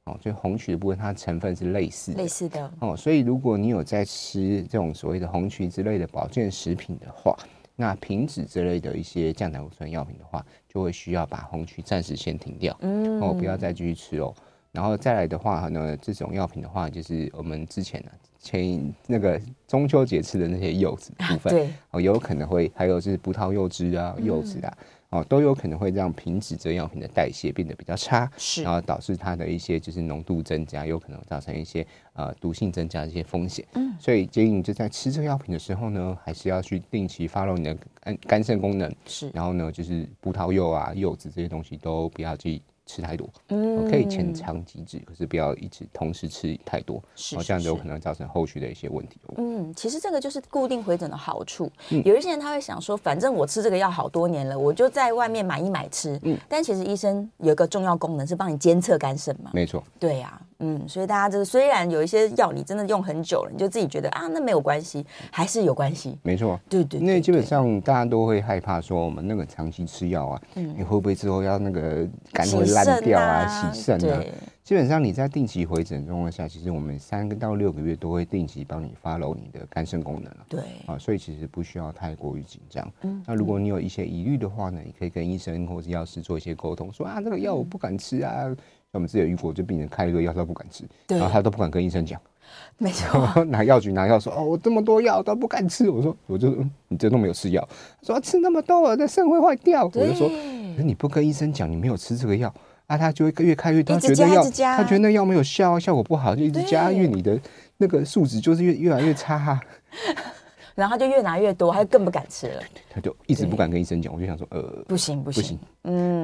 [SPEAKER 2] 哦，就红曲的部分，它成分是类似的
[SPEAKER 1] 类似的，
[SPEAKER 2] 哦，所以如果你有在吃这种所谓的红曲之类的保健食品的话，那平脂之类的一些降胆固醇药品的话，就会需要把红曲暂时先停掉，
[SPEAKER 1] 嗯
[SPEAKER 2] 哦，不要再继续吃哦。然后再来的话呢，这种药品的话，就是我们之前呢、啊前那个中秋节吃的那些柚子的部分，
[SPEAKER 1] 对，嗯
[SPEAKER 2] 哦，有可能会还有就是葡萄柚汁啊、柚子啊，哦，都有可能会让瓶质这药品的代谢变得比较差，
[SPEAKER 1] 是
[SPEAKER 2] 然后导致它的一些就是浓度增加，有可能造成一些呃毒性增加的一些风险。嗯，所以建议你就在吃这个药品的时候呢，还是要去定期发 w 你的肝肝肾功能，
[SPEAKER 1] 是，
[SPEAKER 2] 然后呢，就是葡萄柚啊、柚子这些东西都不要去吃太多，嗯，可以浅尝即止，可是不要一直同时吃太多，
[SPEAKER 1] 是
[SPEAKER 2] 哦，
[SPEAKER 1] 是
[SPEAKER 2] 这样子有
[SPEAKER 1] 是
[SPEAKER 2] 可能造成后续的一些问题哦。
[SPEAKER 1] 嗯，其实这个就是固定回诊的好处。
[SPEAKER 2] 嗯
[SPEAKER 1] 有一些人他会想说，反正我吃这个药好多年了，我就在外面买一买吃。
[SPEAKER 2] 嗯
[SPEAKER 1] 但其实医生有一个重要功能是帮你监测肝肾嘛。
[SPEAKER 2] 没错，
[SPEAKER 1] 对呀、嗯，所以大家就是虽然有一些药你真的用很久了，你就自己觉得啊那没有关系，还是有关系。
[SPEAKER 2] 没错。
[SPEAKER 1] 对对对
[SPEAKER 2] 因为基本
[SPEAKER 1] 对
[SPEAKER 2] 上大家都会害怕说，我们那个长期吃药啊，
[SPEAKER 1] 嗯
[SPEAKER 2] 你、会不会之后要那个肝会
[SPEAKER 1] 洗
[SPEAKER 2] 烂
[SPEAKER 1] 肾
[SPEAKER 2] 掉
[SPEAKER 1] 啊
[SPEAKER 2] 啊、洗肾啊
[SPEAKER 1] 对？
[SPEAKER 2] 基本上你在定期回诊状况下，其实我们三个到六个月都会定期帮你 follow 你的肝肾功能啊。
[SPEAKER 1] 对，
[SPEAKER 2] 啊，所以其实不需要太过于紧张。
[SPEAKER 1] 嗯
[SPEAKER 2] 那如果你有一些疑虑的话呢，你可以跟医生或是药师做一些沟通，说啊，这个药我不敢吃啊。像我们之前有遇过，就病人开一堆药他都不敢吃，
[SPEAKER 1] 对
[SPEAKER 2] 然后他都不敢跟医生讲，
[SPEAKER 1] 没
[SPEAKER 2] (laughs)
[SPEAKER 1] 错，
[SPEAKER 2] 拿药局拿药说哦，我这么多药都不敢吃。我说我就嗯你真的没有吃药？他说、啊吃那么多，我的肾会坏掉。我就说，可是你不跟医生讲你没有吃这个药。啊，他就会越开越多，
[SPEAKER 1] 一
[SPEAKER 2] 他
[SPEAKER 1] 直
[SPEAKER 2] 觉得
[SPEAKER 1] 加
[SPEAKER 2] 药
[SPEAKER 1] 一直，加
[SPEAKER 2] 他觉得那药没有效啊，效果不好，就一直加，
[SPEAKER 1] 对
[SPEAKER 2] 因为你的那个数值就是越越来越差、啊。
[SPEAKER 1] 然后他就越拿越多，他就更不敢吃了。
[SPEAKER 2] 他就一直
[SPEAKER 1] 对
[SPEAKER 2] 不敢跟医生讲，我就想说，呃，
[SPEAKER 1] 不行不
[SPEAKER 2] 不
[SPEAKER 1] 行，
[SPEAKER 2] 行，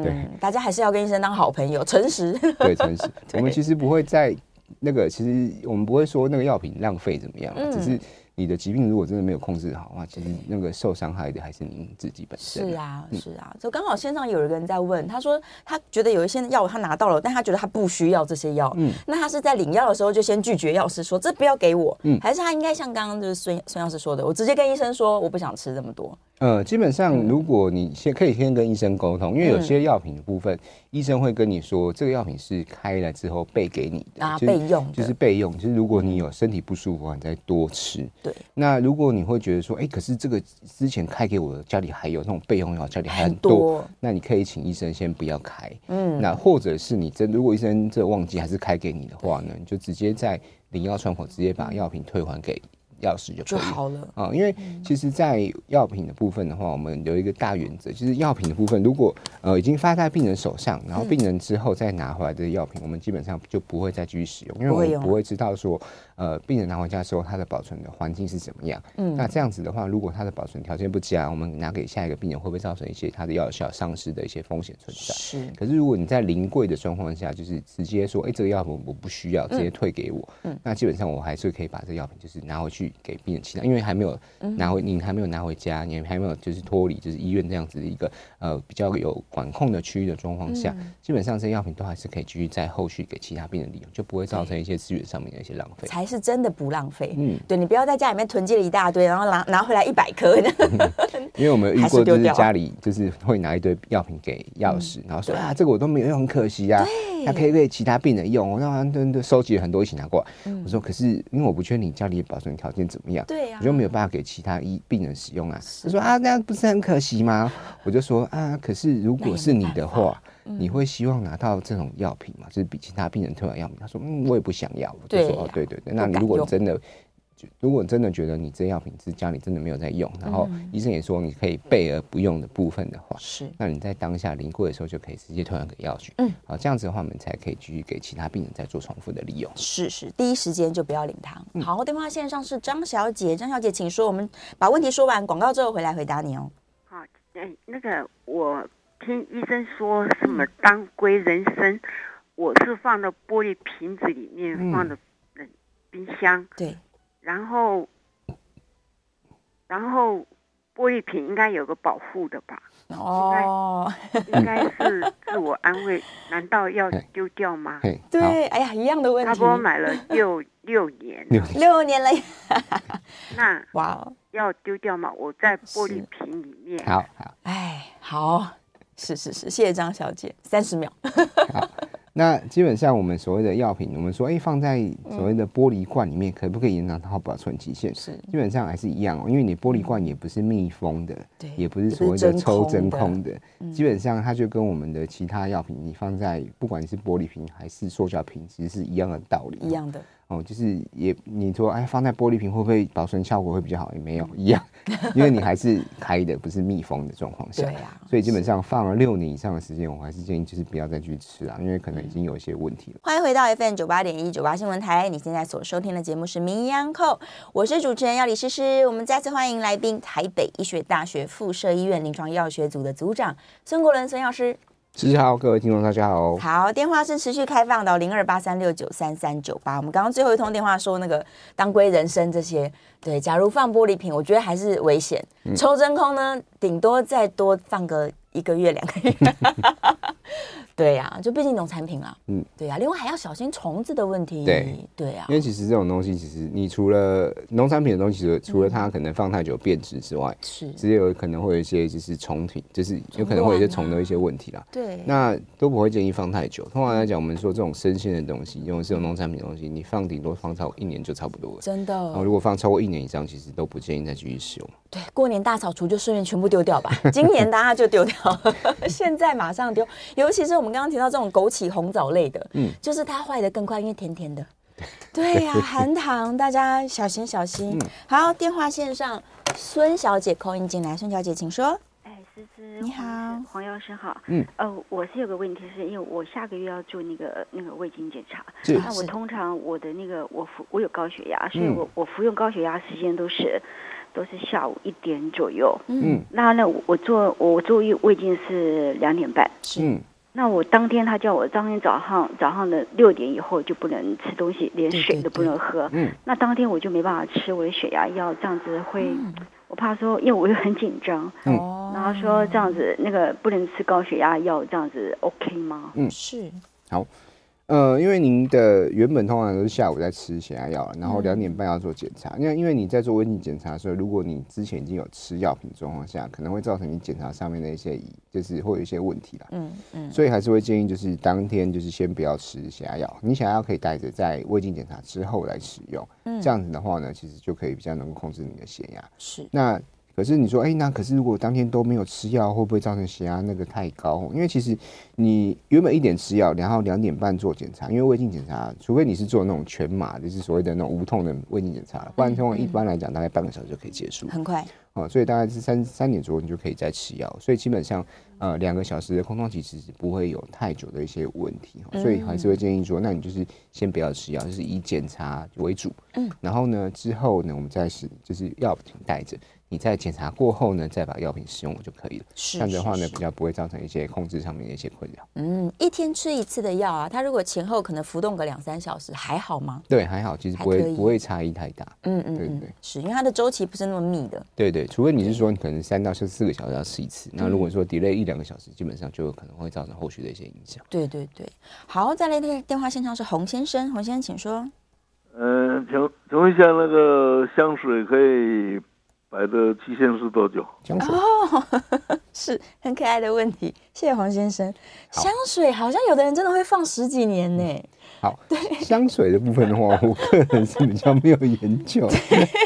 [SPEAKER 2] 对
[SPEAKER 1] 嗯，大家还是要跟医生当好朋友，诚实。
[SPEAKER 2] (laughs) 对，诚
[SPEAKER 1] (laughs)
[SPEAKER 2] 实。我们其实不会在那个，其实我们不会说那个药品浪费怎么样啊，只
[SPEAKER 1] 嗯
[SPEAKER 2] 是你的疾病如果真的没有控制好的话，其实那个受伤害的还是您自己本身。
[SPEAKER 1] 是，啊，是啊，就刚好线上有一个人在问，他说他觉得有一些药他拿到了，但他觉得他不需要这些药，
[SPEAKER 2] 嗯
[SPEAKER 1] 那他是在领药的时候就先拒绝药师说这不要给我，
[SPEAKER 2] 嗯
[SPEAKER 1] 还是他应该像刚刚就是孙孙药师说的，我直接跟医生说我不想吃这么多，
[SPEAKER 2] 呃，基本上
[SPEAKER 1] 嗯
[SPEAKER 2] 如果你先可以先跟医生沟通，因为有些药品的部分，医生会跟你说这个药品是开了之后备给你的
[SPEAKER 1] 啊
[SPEAKER 2] 就是
[SPEAKER 1] 备用的
[SPEAKER 2] 就是备用。就是如果你有身体不舒服啊，你再多吃。
[SPEAKER 1] 对，
[SPEAKER 2] 那如果你会觉得说，哎、可是这个之前开给我的家里还有那种备用药，家里还很多，
[SPEAKER 1] 很多
[SPEAKER 2] 那你可以请医生先不要开。
[SPEAKER 1] 嗯
[SPEAKER 2] 嗯，那或者是你真如果医生这忘记还是开给你的话呢，你就直接在领药窗口直接把药品退还给药师就可
[SPEAKER 1] 就
[SPEAKER 2] 以了。
[SPEAKER 1] 好了，
[SPEAKER 2] 啊、因为
[SPEAKER 1] 嗯
[SPEAKER 2] 其实，在药品的部分的话，我们有一个大原则，就是药品的部分，如果呃已经发在病人手上，然后病人之后再拿回来的药品，我们基本上就不会再继续使用，因为
[SPEAKER 1] 不
[SPEAKER 2] 我
[SPEAKER 1] 会
[SPEAKER 2] 们
[SPEAKER 1] 用
[SPEAKER 2] 不
[SPEAKER 1] 了
[SPEAKER 2] 会知道说，呃，病人拿回家之后它的保存的环境是怎么样。嗯，那这样子的话，如果它的保存条件不佳，我们拿给下一个病人，会不会造成一些它的药效丧失的一些风险存在？
[SPEAKER 1] 是
[SPEAKER 2] 可是如果你在临柜的状况下，就是直接说，哎、这个药我我不需要，直接退给我，那基本上我还是可以把这个药品就是拿回去给病人其他，因为还没有拿回，你还没有拿回家，你还没有就是脱离就是医院这样子的一个呃比较有管控的区域的状况下，基本上这些药品都还是可以继续在后续给其他病人利用，就不会造成一些资源上面的一些浪费。
[SPEAKER 1] 才是真的不浪费，
[SPEAKER 2] 嗯
[SPEAKER 1] 对你不要在家里面囤积了一大堆，然后拿拿回来一百颗，
[SPEAKER 2] 嗯因为我们遇
[SPEAKER 1] 还是
[SPEAKER 2] 过，
[SPEAKER 1] 丢
[SPEAKER 2] 就是
[SPEAKER 1] 掉嗯啊
[SPEAKER 2] 家里就是会拿一堆药品给药师，然后说啊，这个我都没有用，很可惜啊，他可以给其他病人用。我让他对收集了很多一起拿过来。
[SPEAKER 1] 嗯
[SPEAKER 2] 我说，可是因为我不确定你家里的保存条件怎么样，
[SPEAKER 1] (laughs) 对啊
[SPEAKER 2] 我就没有办法给其他医病人使用啊。他说啊，那不是很可惜吗？ (laughs) 我就说啊，可是如果是你的话。
[SPEAKER 1] 嗯
[SPEAKER 2] 你会希望拿到这种药品吗？就是比其他病人退还药品？他说，嗯，我也不想要。我就
[SPEAKER 1] 对
[SPEAKER 2] 说，
[SPEAKER 1] 呀
[SPEAKER 2] 哦，对对对，
[SPEAKER 1] 不
[SPEAKER 2] 那你
[SPEAKER 1] 敢
[SPEAKER 2] 如果
[SPEAKER 1] 用
[SPEAKER 2] 真的如果真的觉得你这药品是家里真的没有在用，
[SPEAKER 1] 嗯
[SPEAKER 2] 然后医生也说你可以备而不用的部分的话，
[SPEAKER 1] 是
[SPEAKER 2] 那你在当下临柜的时候就可以直接退还给药局。
[SPEAKER 1] 嗯，
[SPEAKER 2] 好，这样子的话，我们才可以继续给其他病人再做重复的利用。
[SPEAKER 1] 是是，第一时间就不要领它。好，电话线上是张小姐，张小姐请说，我们把问题说完，广告之后回来回答你哦。
[SPEAKER 4] 好，哎，那个我听医生说什么当归人参，我是放到玻璃瓶子里面，
[SPEAKER 2] 嗯
[SPEAKER 4] 放的冷冰箱，
[SPEAKER 1] 对，
[SPEAKER 4] 然后，然后玻璃瓶应该有个保护的吧？
[SPEAKER 1] 哦，
[SPEAKER 4] 应该是自我安慰，难道要丢掉吗？
[SPEAKER 2] 嘿，好，
[SPEAKER 1] 对， (laughs) 哎呀，一样的问
[SPEAKER 4] 他
[SPEAKER 1] 题
[SPEAKER 4] 给。我买了六六年，
[SPEAKER 2] 六
[SPEAKER 1] 六年了，
[SPEAKER 4] 那
[SPEAKER 1] (laughs) 哇哦，
[SPEAKER 4] 要丢掉吗？我在玻
[SPEAKER 1] 是
[SPEAKER 4] 璃瓶里
[SPEAKER 1] (laughs)
[SPEAKER 4] 面。
[SPEAKER 2] 好好
[SPEAKER 1] 哎，好，是是是，谢谢张小姐，三十秒，
[SPEAKER 2] 好。那基本上我们所谓的药品，我们说，哎、放在所谓的玻璃罐里面，可不可以延长它保存期限？
[SPEAKER 1] 是
[SPEAKER 2] 基本上还是一样、哦，因为你玻璃罐也不是密封的，
[SPEAKER 1] 对
[SPEAKER 2] 也不是所谓的抽真空的，
[SPEAKER 1] 嗯
[SPEAKER 2] 基本上它就跟我们的其他药品，你放在不管是玻璃瓶还是塑胶瓶，其实是一样的道理。
[SPEAKER 1] 一样的，
[SPEAKER 2] 哦，就是也你说哎，放在玻璃瓶会不会保存效果会比较好？也没有一样， (laughs) 因为你还是开的，不是密封的状况下。
[SPEAKER 1] 对啊
[SPEAKER 2] 所以基本上放了六年以上的时间，我还是建议就是不要再去吃啊，因为可能已
[SPEAKER 1] 嗯
[SPEAKER 2] 经有一些问题了。
[SPEAKER 1] 欢迎回到 FM 九八点一九八新闻台，你现在所收听的节目是《名医央叩》，我是主持人要李诗诗。我们再次欢迎来宾，台北医学大学附设医院临床药学组的组长孙国伦孙药师。
[SPEAKER 2] 大家好，各位听众大家好。哦
[SPEAKER 1] 好，电话是持续开放到零二八三六九三三九八。我们刚刚最后一通电话说那个当归人参这些，对，假如放玻璃瓶，我觉得还是危险。
[SPEAKER 2] 嗯
[SPEAKER 1] 抽真空呢，顶多再多放个一个月、两个
[SPEAKER 2] (laughs)
[SPEAKER 1] 月。对呀、就毕竟农产品啦，嗯
[SPEAKER 2] 嗯，
[SPEAKER 1] 对呀、另外还要小心虫子的问题。
[SPEAKER 2] 对，
[SPEAKER 1] 对啊
[SPEAKER 2] 因，为其实这种东西，其实你除了农产品的东西，除了除了它可能放太久变质之外，
[SPEAKER 1] 嗯是，
[SPEAKER 2] 其实有可能会有一些就是虫体，就是有可能会有一些虫的一些问题啦。
[SPEAKER 1] 对，
[SPEAKER 2] 那都不会建议放太久。通常来讲，我们说这种生鲜的东西，尤其是这种农产品的东西，你放顶多放超过一年就差不多了。
[SPEAKER 1] 真的，
[SPEAKER 2] 然后如果放超过一年以上，其实都不建议再继续使用。
[SPEAKER 1] 对，过年大扫除就顺便全部丢
[SPEAKER 2] (laughs)
[SPEAKER 1] 掉吧。今年大家就丢掉， (laughs) 现在马上丢。尤其是我们刚刚提到这种枸杞、红枣类的，嗯，就是它坏的更快，因为甜甜
[SPEAKER 2] (laughs)
[SPEAKER 1] 的。对呀、含糖，大家小心小心。
[SPEAKER 2] 嗯
[SPEAKER 1] 好，电话线上，孙小姐扣音进来，孙小姐请说。
[SPEAKER 4] 哎，思思，
[SPEAKER 1] 你
[SPEAKER 4] 黄医
[SPEAKER 1] 好
[SPEAKER 4] 师黄药师好。
[SPEAKER 2] 嗯，
[SPEAKER 4] 呃，我是有个问题，是因为我下个月要做那个那个胃镜检查。
[SPEAKER 2] 是
[SPEAKER 4] 那我
[SPEAKER 1] 是
[SPEAKER 4] 通常我的那个我服我有高血压，所以
[SPEAKER 2] 嗯
[SPEAKER 4] 我、我服用高血压时间都是都是下午一点左右。
[SPEAKER 1] 嗯，
[SPEAKER 4] 那那我我做我做胃胃镜是两点半。
[SPEAKER 1] 是，
[SPEAKER 2] 嗯，
[SPEAKER 4] 那我当天他叫我当天早上早上的六点以后就不能吃东西，连
[SPEAKER 1] 对
[SPEAKER 4] 水
[SPEAKER 1] 对
[SPEAKER 4] 都不能喝。
[SPEAKER 2] 嗯
[SPEAKER 4] 那当天我就没办法吃我的血压药，这样子会，我怕说，因为我又很紧张。
[SPEAKER 2] 嗯
[SPEAKER 1] 哦
[SPEAKER 4] 然后说这样子，那个不能吃高血压药，这样子 OK 吗？
[SPEAKER 1] 是
[SPEAKER 2] 呃，因为您的原本通常都是下午在吃血压
[SPEAKER 1] 嗯
[SPEAKER 2] 药，然后两点半要做检查。因为因为你在做胃镜检查的时候，如果你之前已经有吃药品的状况下，可能会造成你检查上面的一些疑，就是会有一些问题啦。
[SPEAKER 1] 嗯嗯，
[SPEAKER 2] 所以还是会建议就是当天就是先不要吃血压药，你血压药可以带着在胃镜检查之后来使用。
[SPEAKER 1] 嗯
[SPEAKER 2] 这样子的话呢，其实就可以比较能够控制你的血压。
[SPEAKER 1] 是
[SPEAKER 2] 那可是你说，哎、那可是如果当天都没有吃药，会不会造成血压那个太高？因为其实你原本一点吃药，然后两点半做检查，因为胃镜检查，除非你是做那种全麻，就是所谓的那种无痛的胃镜检查了，不
[SPEAKER 1] 嗯
[SPEAKER 2] 然通常一般来讲大概半个小时就可以结束。
[SPEAKER 1] 很快，
[SPEAKER 2] 哦，所以大概是三三点左右你就可以再吃药，所以基本上呃两个小时的空窗期其实不会有太久的一些问题，哦所以还
[SPEAKER 1] 嗯
[SPEAKER 2] 是会建议说，那你就是先不要吃药，就是以检查为主，嗯，然后呢之后呢我们再是就是药品带着，你在检查过后呢再把药品使用就可以了，
[SPEAKER 1] 是
[SPEAKER 2] 这样的话呢
[SPEAKER 1] 是
[SPEAKER 2] 比较不会造成一些控制上面的一些困扰。
[SPEAKER 1] 嗯，一天吃一次的药啊，它如果前后可能浮动个两三小时，还好吗？
[SPEAKER 2] 对，还好，其实
[SPEAKER 1] 还
[SPEAKER 2] 不
[SPEAKER 1] 可以
[SPEAKER 2] 会不会差异太大，
[SPEAKER 1] 嗯嗯
[SPEAKER 2] 对
[SPEAKER 1] 嗯
[SPEAKER 2] 对，
[SPEAKER 1] 是因为它的周期不是那么密的，
[SPEAKER 2] 对对，除非你是说你可能三到四个小时要吃一次，那
[SPEAKER 1] 嗯
[SPEAKER 2] 如果说 delay 一两个小时，基本上就有可能会造成后续的一些影响。
[SPEAKER 1] 对对对，好，再来电电话线上是洪先生，洪先生请说。
[SPEAKER 5] 嗯，请请问一下，那个香水可以摆的期限是多久？
[SPEAKER 2] 江
[SPEAKER 1] 啊
[SPEAKER 2] 水
[SPEAKER 1] 是很可爱的问题，谢谢洪先生。香水好像有的人真的会放十几年呢、
[SPEAKER 2] 好，香水的部分的话，我个人是比较没有研究。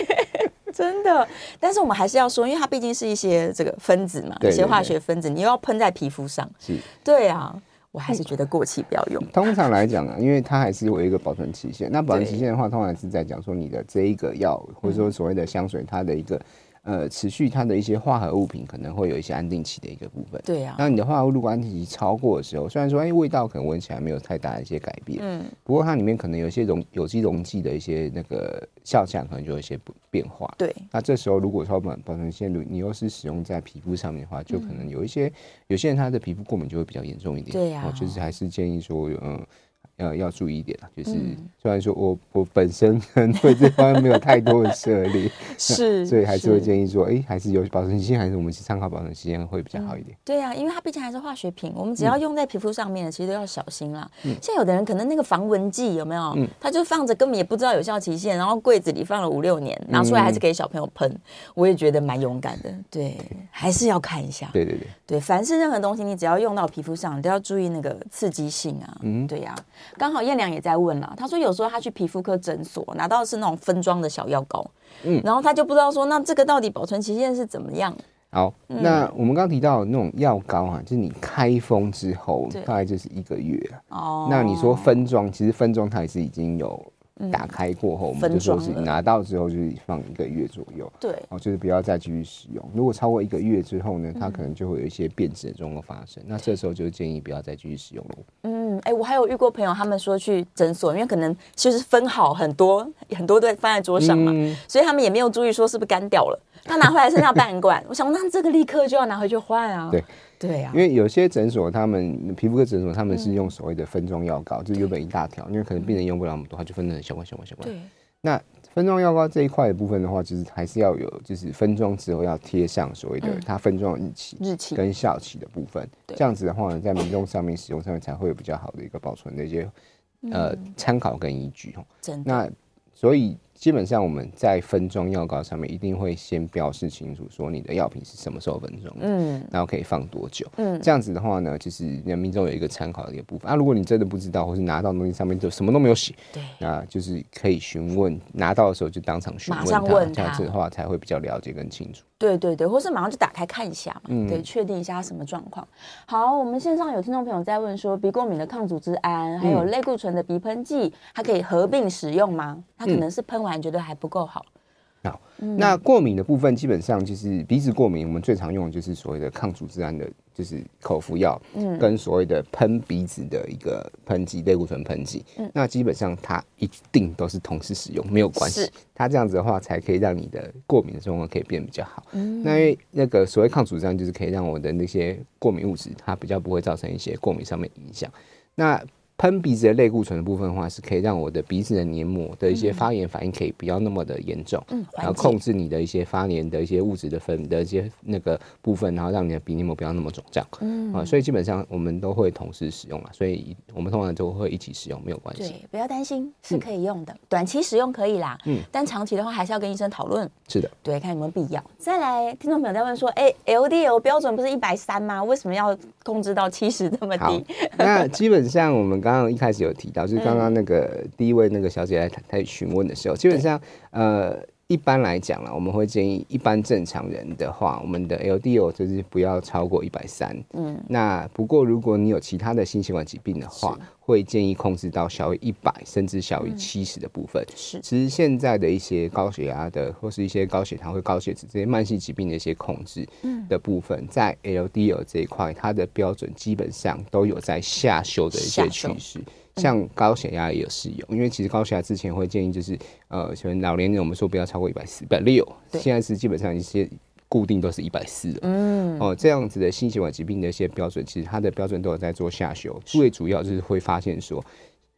[SPEAKER 1] (laughs) 真的。但是我们还是要说，因为它毕竟是一些这个分子嘛，
[SPEAKER 2] 对
[SPEAKER 1] 一些
[SPEAKER 2] 对
[SPEAKER 1] 化
[SPEAKER 2] 对
[SPEAKER 1] 学分子，你又要喷在皮肤上。
[SPEAKER 2] 是，
[SPEAKER 1] 对啊，我还是觉得过期不要用。
[SPEAKER 2] 通常来讲啊，因为它还是有一个保存期限。那保存期限的话，通常是在讲说你的这一个药，或者说所谓的香水，它的一个呃持续它的一些化合物品可能会有一些安定期的一个部分。
[SPEAKER 1] 对啊，
[SPEAKER 2] 那你的化合物如果安定期超过的时候，虽然说哎、味道可能闻起来没有太大的一些改变，
[SPEAKER 1] 嗯，
[SPEAKER 2] 不过它里面可能有一些溶有机溶剂的一些那个效价可能就有一些不变化。
[SPEAKER 1] 对，
[SPEAKER 2] 那这时候如果说保保存线路你又是使用在皮肤上面的话，就可能有一些、有些人他的皮肤过敏就会比较严重一点。
[SPEAKER 1] 嗯对呀
[SPEAKER 2] 哦就是还是建议说，嗯。呃，要注意一点啊，就是、
[SPEAKER 1] 嗯
[SPEAKER 2] 虽然说我我本身可能对这方面没有太多的涉猎，
[SPEAKER 1] (laughs) 是，
[SPEAKER 2] 所以还是会
[SPEAKER 1] 议。
[SPEAKER 2] 建议说，哎、还是有保存期限，还是我们去参考保存期限会比较好一点。
[SPEAKER 1] 对啊，因为它毕竟还是化学品，我们只要用在皮肤上面的，其实都要小心啦。像有的人可能那个防蚊剂有没有，他就放着根本也不知道有效期限，然后柜子里放了五六年，拿出来还是给小朋友喷，我也觉得蛮勇敢的。对，还是要看一下。
[SPEAKER 2] 对对对，
[SPEAKER 1] 对，凡是任何东西，你只要用到皮肤上，你都要注意那个刺激性啊。嗯，对呀、刚好燕良也在问啦，他说有时候他去皮肤科诊所拿到的是那种分装的小药膏，嗯，然后他就不知道说那这个到底保存期限是怎么样。
[SPEAKER 2] 好，
[SPEAKER 1] 嗯
[SPEAKER 2] 那我们刚刚提到的那种药膏啊，就是你开封之后
[SPEAKER 1] 对
[SPEAKER 2] 大概就是一个月啊
[SPEAKER 1] 哦，
[SPEAKER 2] 那你说分装，其实分装它也是已经有打开过后，我
[SPEAKER 1] 嗯
[SPEAKER 2] 们
[SPEAKER 1] 分
[SPEAKER 2] 就说
[SPEAKER 1] 装
[SPEAKER 2] 是
[SPEAKER 1] 了嗯
[SPEAKER 2] 拿到之后就是放一个月左右。
[SPEAKER 1] 对，
[SPEAKER 2] 哦，就是不要再继续使用。如果超过一个月之后呢，
[SPEAKER 1] 嗯
[SPEAKER 2] 它可能就会有一些变质的状况发生。那这时候就建议不要再继续使用了。
[SPEAKER 1] 嗯，哎，我还有遇过朋友，他们说去诊所，因为可能就是分好很多很多对放在桌上嘛，
[SPEAKER 2] 嗯
[SPEAKER 1] 所以他们也没有注意说是不是干掉了。那拿回来剩下半罐，我想那这个立刻就要拿回去换啊。
[SPEAKER 2] 对
[SPEAKER 1] 对啊
[SPEAKER 2] 因，为有些诊所，他们皮肤科诊所，他们
[SPEAKER 1] 嗯
[SPEAKER 2] 是用所谓的分装药膏，就是原本一大条，因为可能病人用不了那么多，他就分成小罐、小罐、小罐。
[SPEAKER 1] 对，
[SPEAKER 2] 那分装药膏这一块的部分的话，就是还是要有，就是分装之后要贴上所谓的它分装的日期、
[SPEAKER 1] 嗯日期
[SPEAKER 2] 跟效期的部分。
[SPEAKER 1] 对
[SPEAKER 2] 这样子的话呢，在民众上面使用上面才会有比较好的一个保存的一些呃
[SPEAKER 1] 嗯
[SPEAKER 2] 参考跟依据哦。
[SPEAKER 1] 真的，
[SPEAKER 2] 那所以基本上我们在分装药膏上面一定会先标示清楚，说你的药品是什么时候分装的，
[SPEAKER 1] 嗯
[SPEAKER 2] 然后可以放多久。
[SPEAKER 1] 嗯，
[SPEAKER 2] 这样子的话呢，就是让民众有一个参考的一个部分。啊，如果你真的不知道，或是拿到东西上面就什么都没有写，
[SPEAKER 1] 对，
[SPEAKER 2] 那就是可以询问，拿到的时候就当场询问
[SPEAKER 1] 马上问他
[SPEAKER 2] 这样子的话才会比较了解跟清楚。
[SPEAKER 1] 对对对，或是马上就打开看一下嘛，
[SPEAKER 2] 嗯
[SPEAKER 1] 对，确定一下它什么状况。好，我们线上有听众朋友在问说，鼻过敏的抗组织胺，
[SPEAKER 2] 嗯
[SPEAKER 1] 还有类固醇的鼻喷剂，它可以合并使用吗？它
[SPEAKER 2] 嗯
[SPEAKER 1] 可能是喷完觉得还不够好，
[SPEAKER 2] 好，
[SPEAKER 1] 嗯
[SPEAKER 2] 那过敏的部分基本上就是鼻子过敏，我们最常用的就是所谓的抗组织胺的，就是口服药，
[SPEAKER 1] 嗯
[SPEAKER 2] 跟所谓的喷鼻子的一个喷剂类固醇喷剂。
[SPEAKER 1] 嗯
[SPEAKER 2] 那基本上它一定都是同时使用，没有关系
[SPEAKER 1] 是。
[SPEAKER 2] 它这样子的话，才可以让你的过敏的状况可以变比较好。
[SPEAKER 1] 嗯
[SPEAKER 2] 那因为那个所谓抗组织胺，就是可以让我的那些过敏物质，它比较不会造成一些过敏上面影响。那喷鼻子的类固醇的部分的话，是可以让我的鼻子的黏膜的一些发炎反应可以不要那么的严重，
[SPEAKER 1] 嗯
[SPEAKER 2] 然
[SPEAKER 1] 缓
[SPEAKER 2] 后
[SPEAKER 1] 解
[SPEAKER 2] 控制你的一些发炎的一些物质的分的一些那个部分，然后让你的鼻黏膜不要那么肿胀，嗯啊，所以基本上我们都会同时使用了，所以我们通常都会一起使用，没有关系，
[SPEAKER 1] 对，不要担心，是可以用的，短期使用可以啦，
[SPEAKER 2] 嗯
[SPEAKER 1] 但长期的话还是要跟医生讨论，
[SPEAKER 2] 是的。
[SPEAKER 1] 对，看有没有必要。再来，听众朋友在问说，哎、l d l 标准不是一百三吗？为什么要控制到七十这么
[SPEAKER 2] 好
[SPEAKER 1] 低？，
[SPEAKER 2] 那基本上我们刚刚一开始有提到，就是刚刚那个第一位那个小姐来她询问的时候，基本上呃，一般来讲啦，我们会建议一般正常人的话，我们的 LDL 就是不要超过一百三。嗯，那不过如果你有其他的心血管疾病的话，会建议控制到小于一百，甚至小于七十的部分。
[SPEAKER 1] 是
[SPEAKER 2] 其实现在的一些高血压的，或是一些高血糖或高血脂这些慢性疾病的一些控制的部分，在 LDL 这一块，它的标准基本上都有在下修嗯的一些趋势。像高血压也有适用，因为其实高血压之前会建议就是，呃，可能老年人我们说不要超过一百四、一百六，
[SPEAKER 1] 对
[SPEAKER 2] 现在是基本上一些固定都是一百四了。嗯，哦，这样子的心血管疾病的一些标准，其实它的标准都有在做下修。最主要就是会发现说，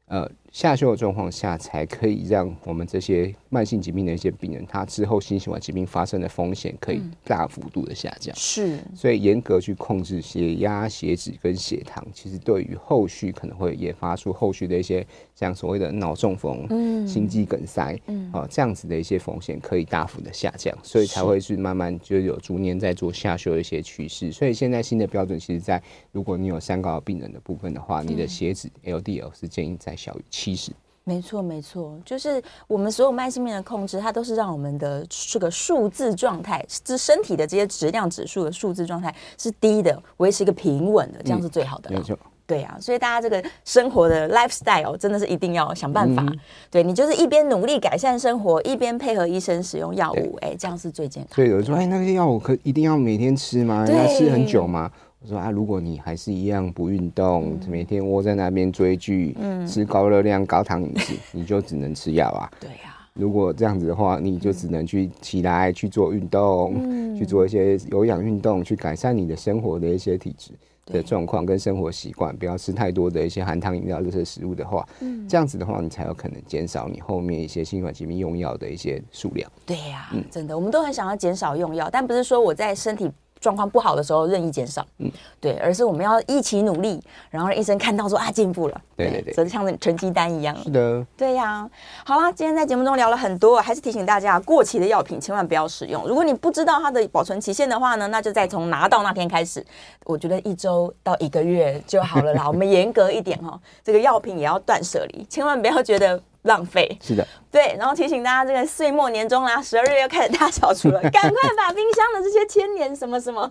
[SPEAKER 2] 呃，下修的状况下，才可以让我们这些慢性疾病的一些病人，他之后心血管疾病发生的风险可以大幅度的下降。
[SPEAKER 1] 是，
[SPEAKER 2] 所以严格去控制血压、血脂跟血糖，其实对于后续可能会研发出后续的一些像所谓的脑中风、心肌梗塞，嗯，哦、这样子的一些风险可以大幅的下降，所以才会是慢慢就有逐年在做下修的一些趋势。所以现在新的标准，其实在如果你有三高病人的部分的话，你的血脂 LDL 是建议在小于七十。
[SPEAKER 1] 没错，没错，就是我们所有慢性病的控制，它都是让我们的这个数字状态，这身体的这些质量指数的数字状态是低的，维持一个平稳的，这样是最好的
[SPEAKER 2] 嗯没
[SPEAKER 1] 了。
[SPEAKER 2] 错，
[SPEAKER 1] 对啊，所以大家这个生活的 lifestyle 哦真的是一定要想办
[SPEAKER 2] 嗯
[SPEAKER 1] 法。对你就是一边努力改善生活，一边配合医生使用药物，哎，这样是最健康
[SPEAKER 2] 所。以有人说，哎，那些药我可一定要每天吃吗？要
[SPEAKER 1] 对
[SPEAKER 2] 吃很久吗？我说啊，如果你还是一样不运动，每天窝在那边追剧，吃高热量、高糖饮 (laughs) 食，你就只能吃药啊。
[SPEAKER 1] 对啊，
[SPEAKER 2] 如果这样子的话，你就只能去起来去做运动，去做一些有氧运动，去改善你的生活的一些体质的状况跟生活习惯，不要吃太多的一些含糖饮料这些食物的话，这样子的话，你才有可能减少你后面一些心血管疾病用药的一些数量。
[SPEAKER 1] 对呀、
[SPEAKER 2] 嗯
[SPEAKER 1] 真的，我们都很想要减少用药，但不是说我在身体状况不好的时候任意减少，嗯，对，而是我们要一起努力，然后让医生看到说啊进步了，
[SPEAKER 2] 对对对
[SPEAKER 1] 就像那成绩单一样。
[SPEAKER 2] 是的，
[SPEAKER 1] 对呀、好啦，今天在节目中聊了很多，还是提醒大家，过期的药品千万不要使用。如果你不知道它的保存期限的话呢，那就再从拿到那天开始，我觉得一周到 (laughs) 一个月就好了啦。我们严格一点哦，这个药品也要断舍离，千万不要觉得浪费。
[SPEAKER 2] 是的，
[SPEAKER 1] 对，然后提醒大家，这个岁末年终啦，十二月要开始大扫除了， (laughs) 赶快把冰箱的这些千年什么什么，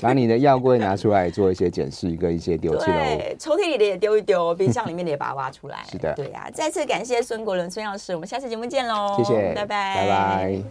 [SPEAKER 2] 把你的药柜拿出来做一些检视，跟一些丢弃喽。
[SPEAKER 1] 对，抽屉里的也丢一丢，冰箱里面的也把它挖出来。
[SPEAKER 2] 是的
[SPEAKER 1] 对呀、再次感谢孙国伦孙药师，我们下次节目见喽，
[SPEAKER 2] 谢谢，
[SPEAKER 1] 哦拜拜，
[SPEAKER 2] 拜拜。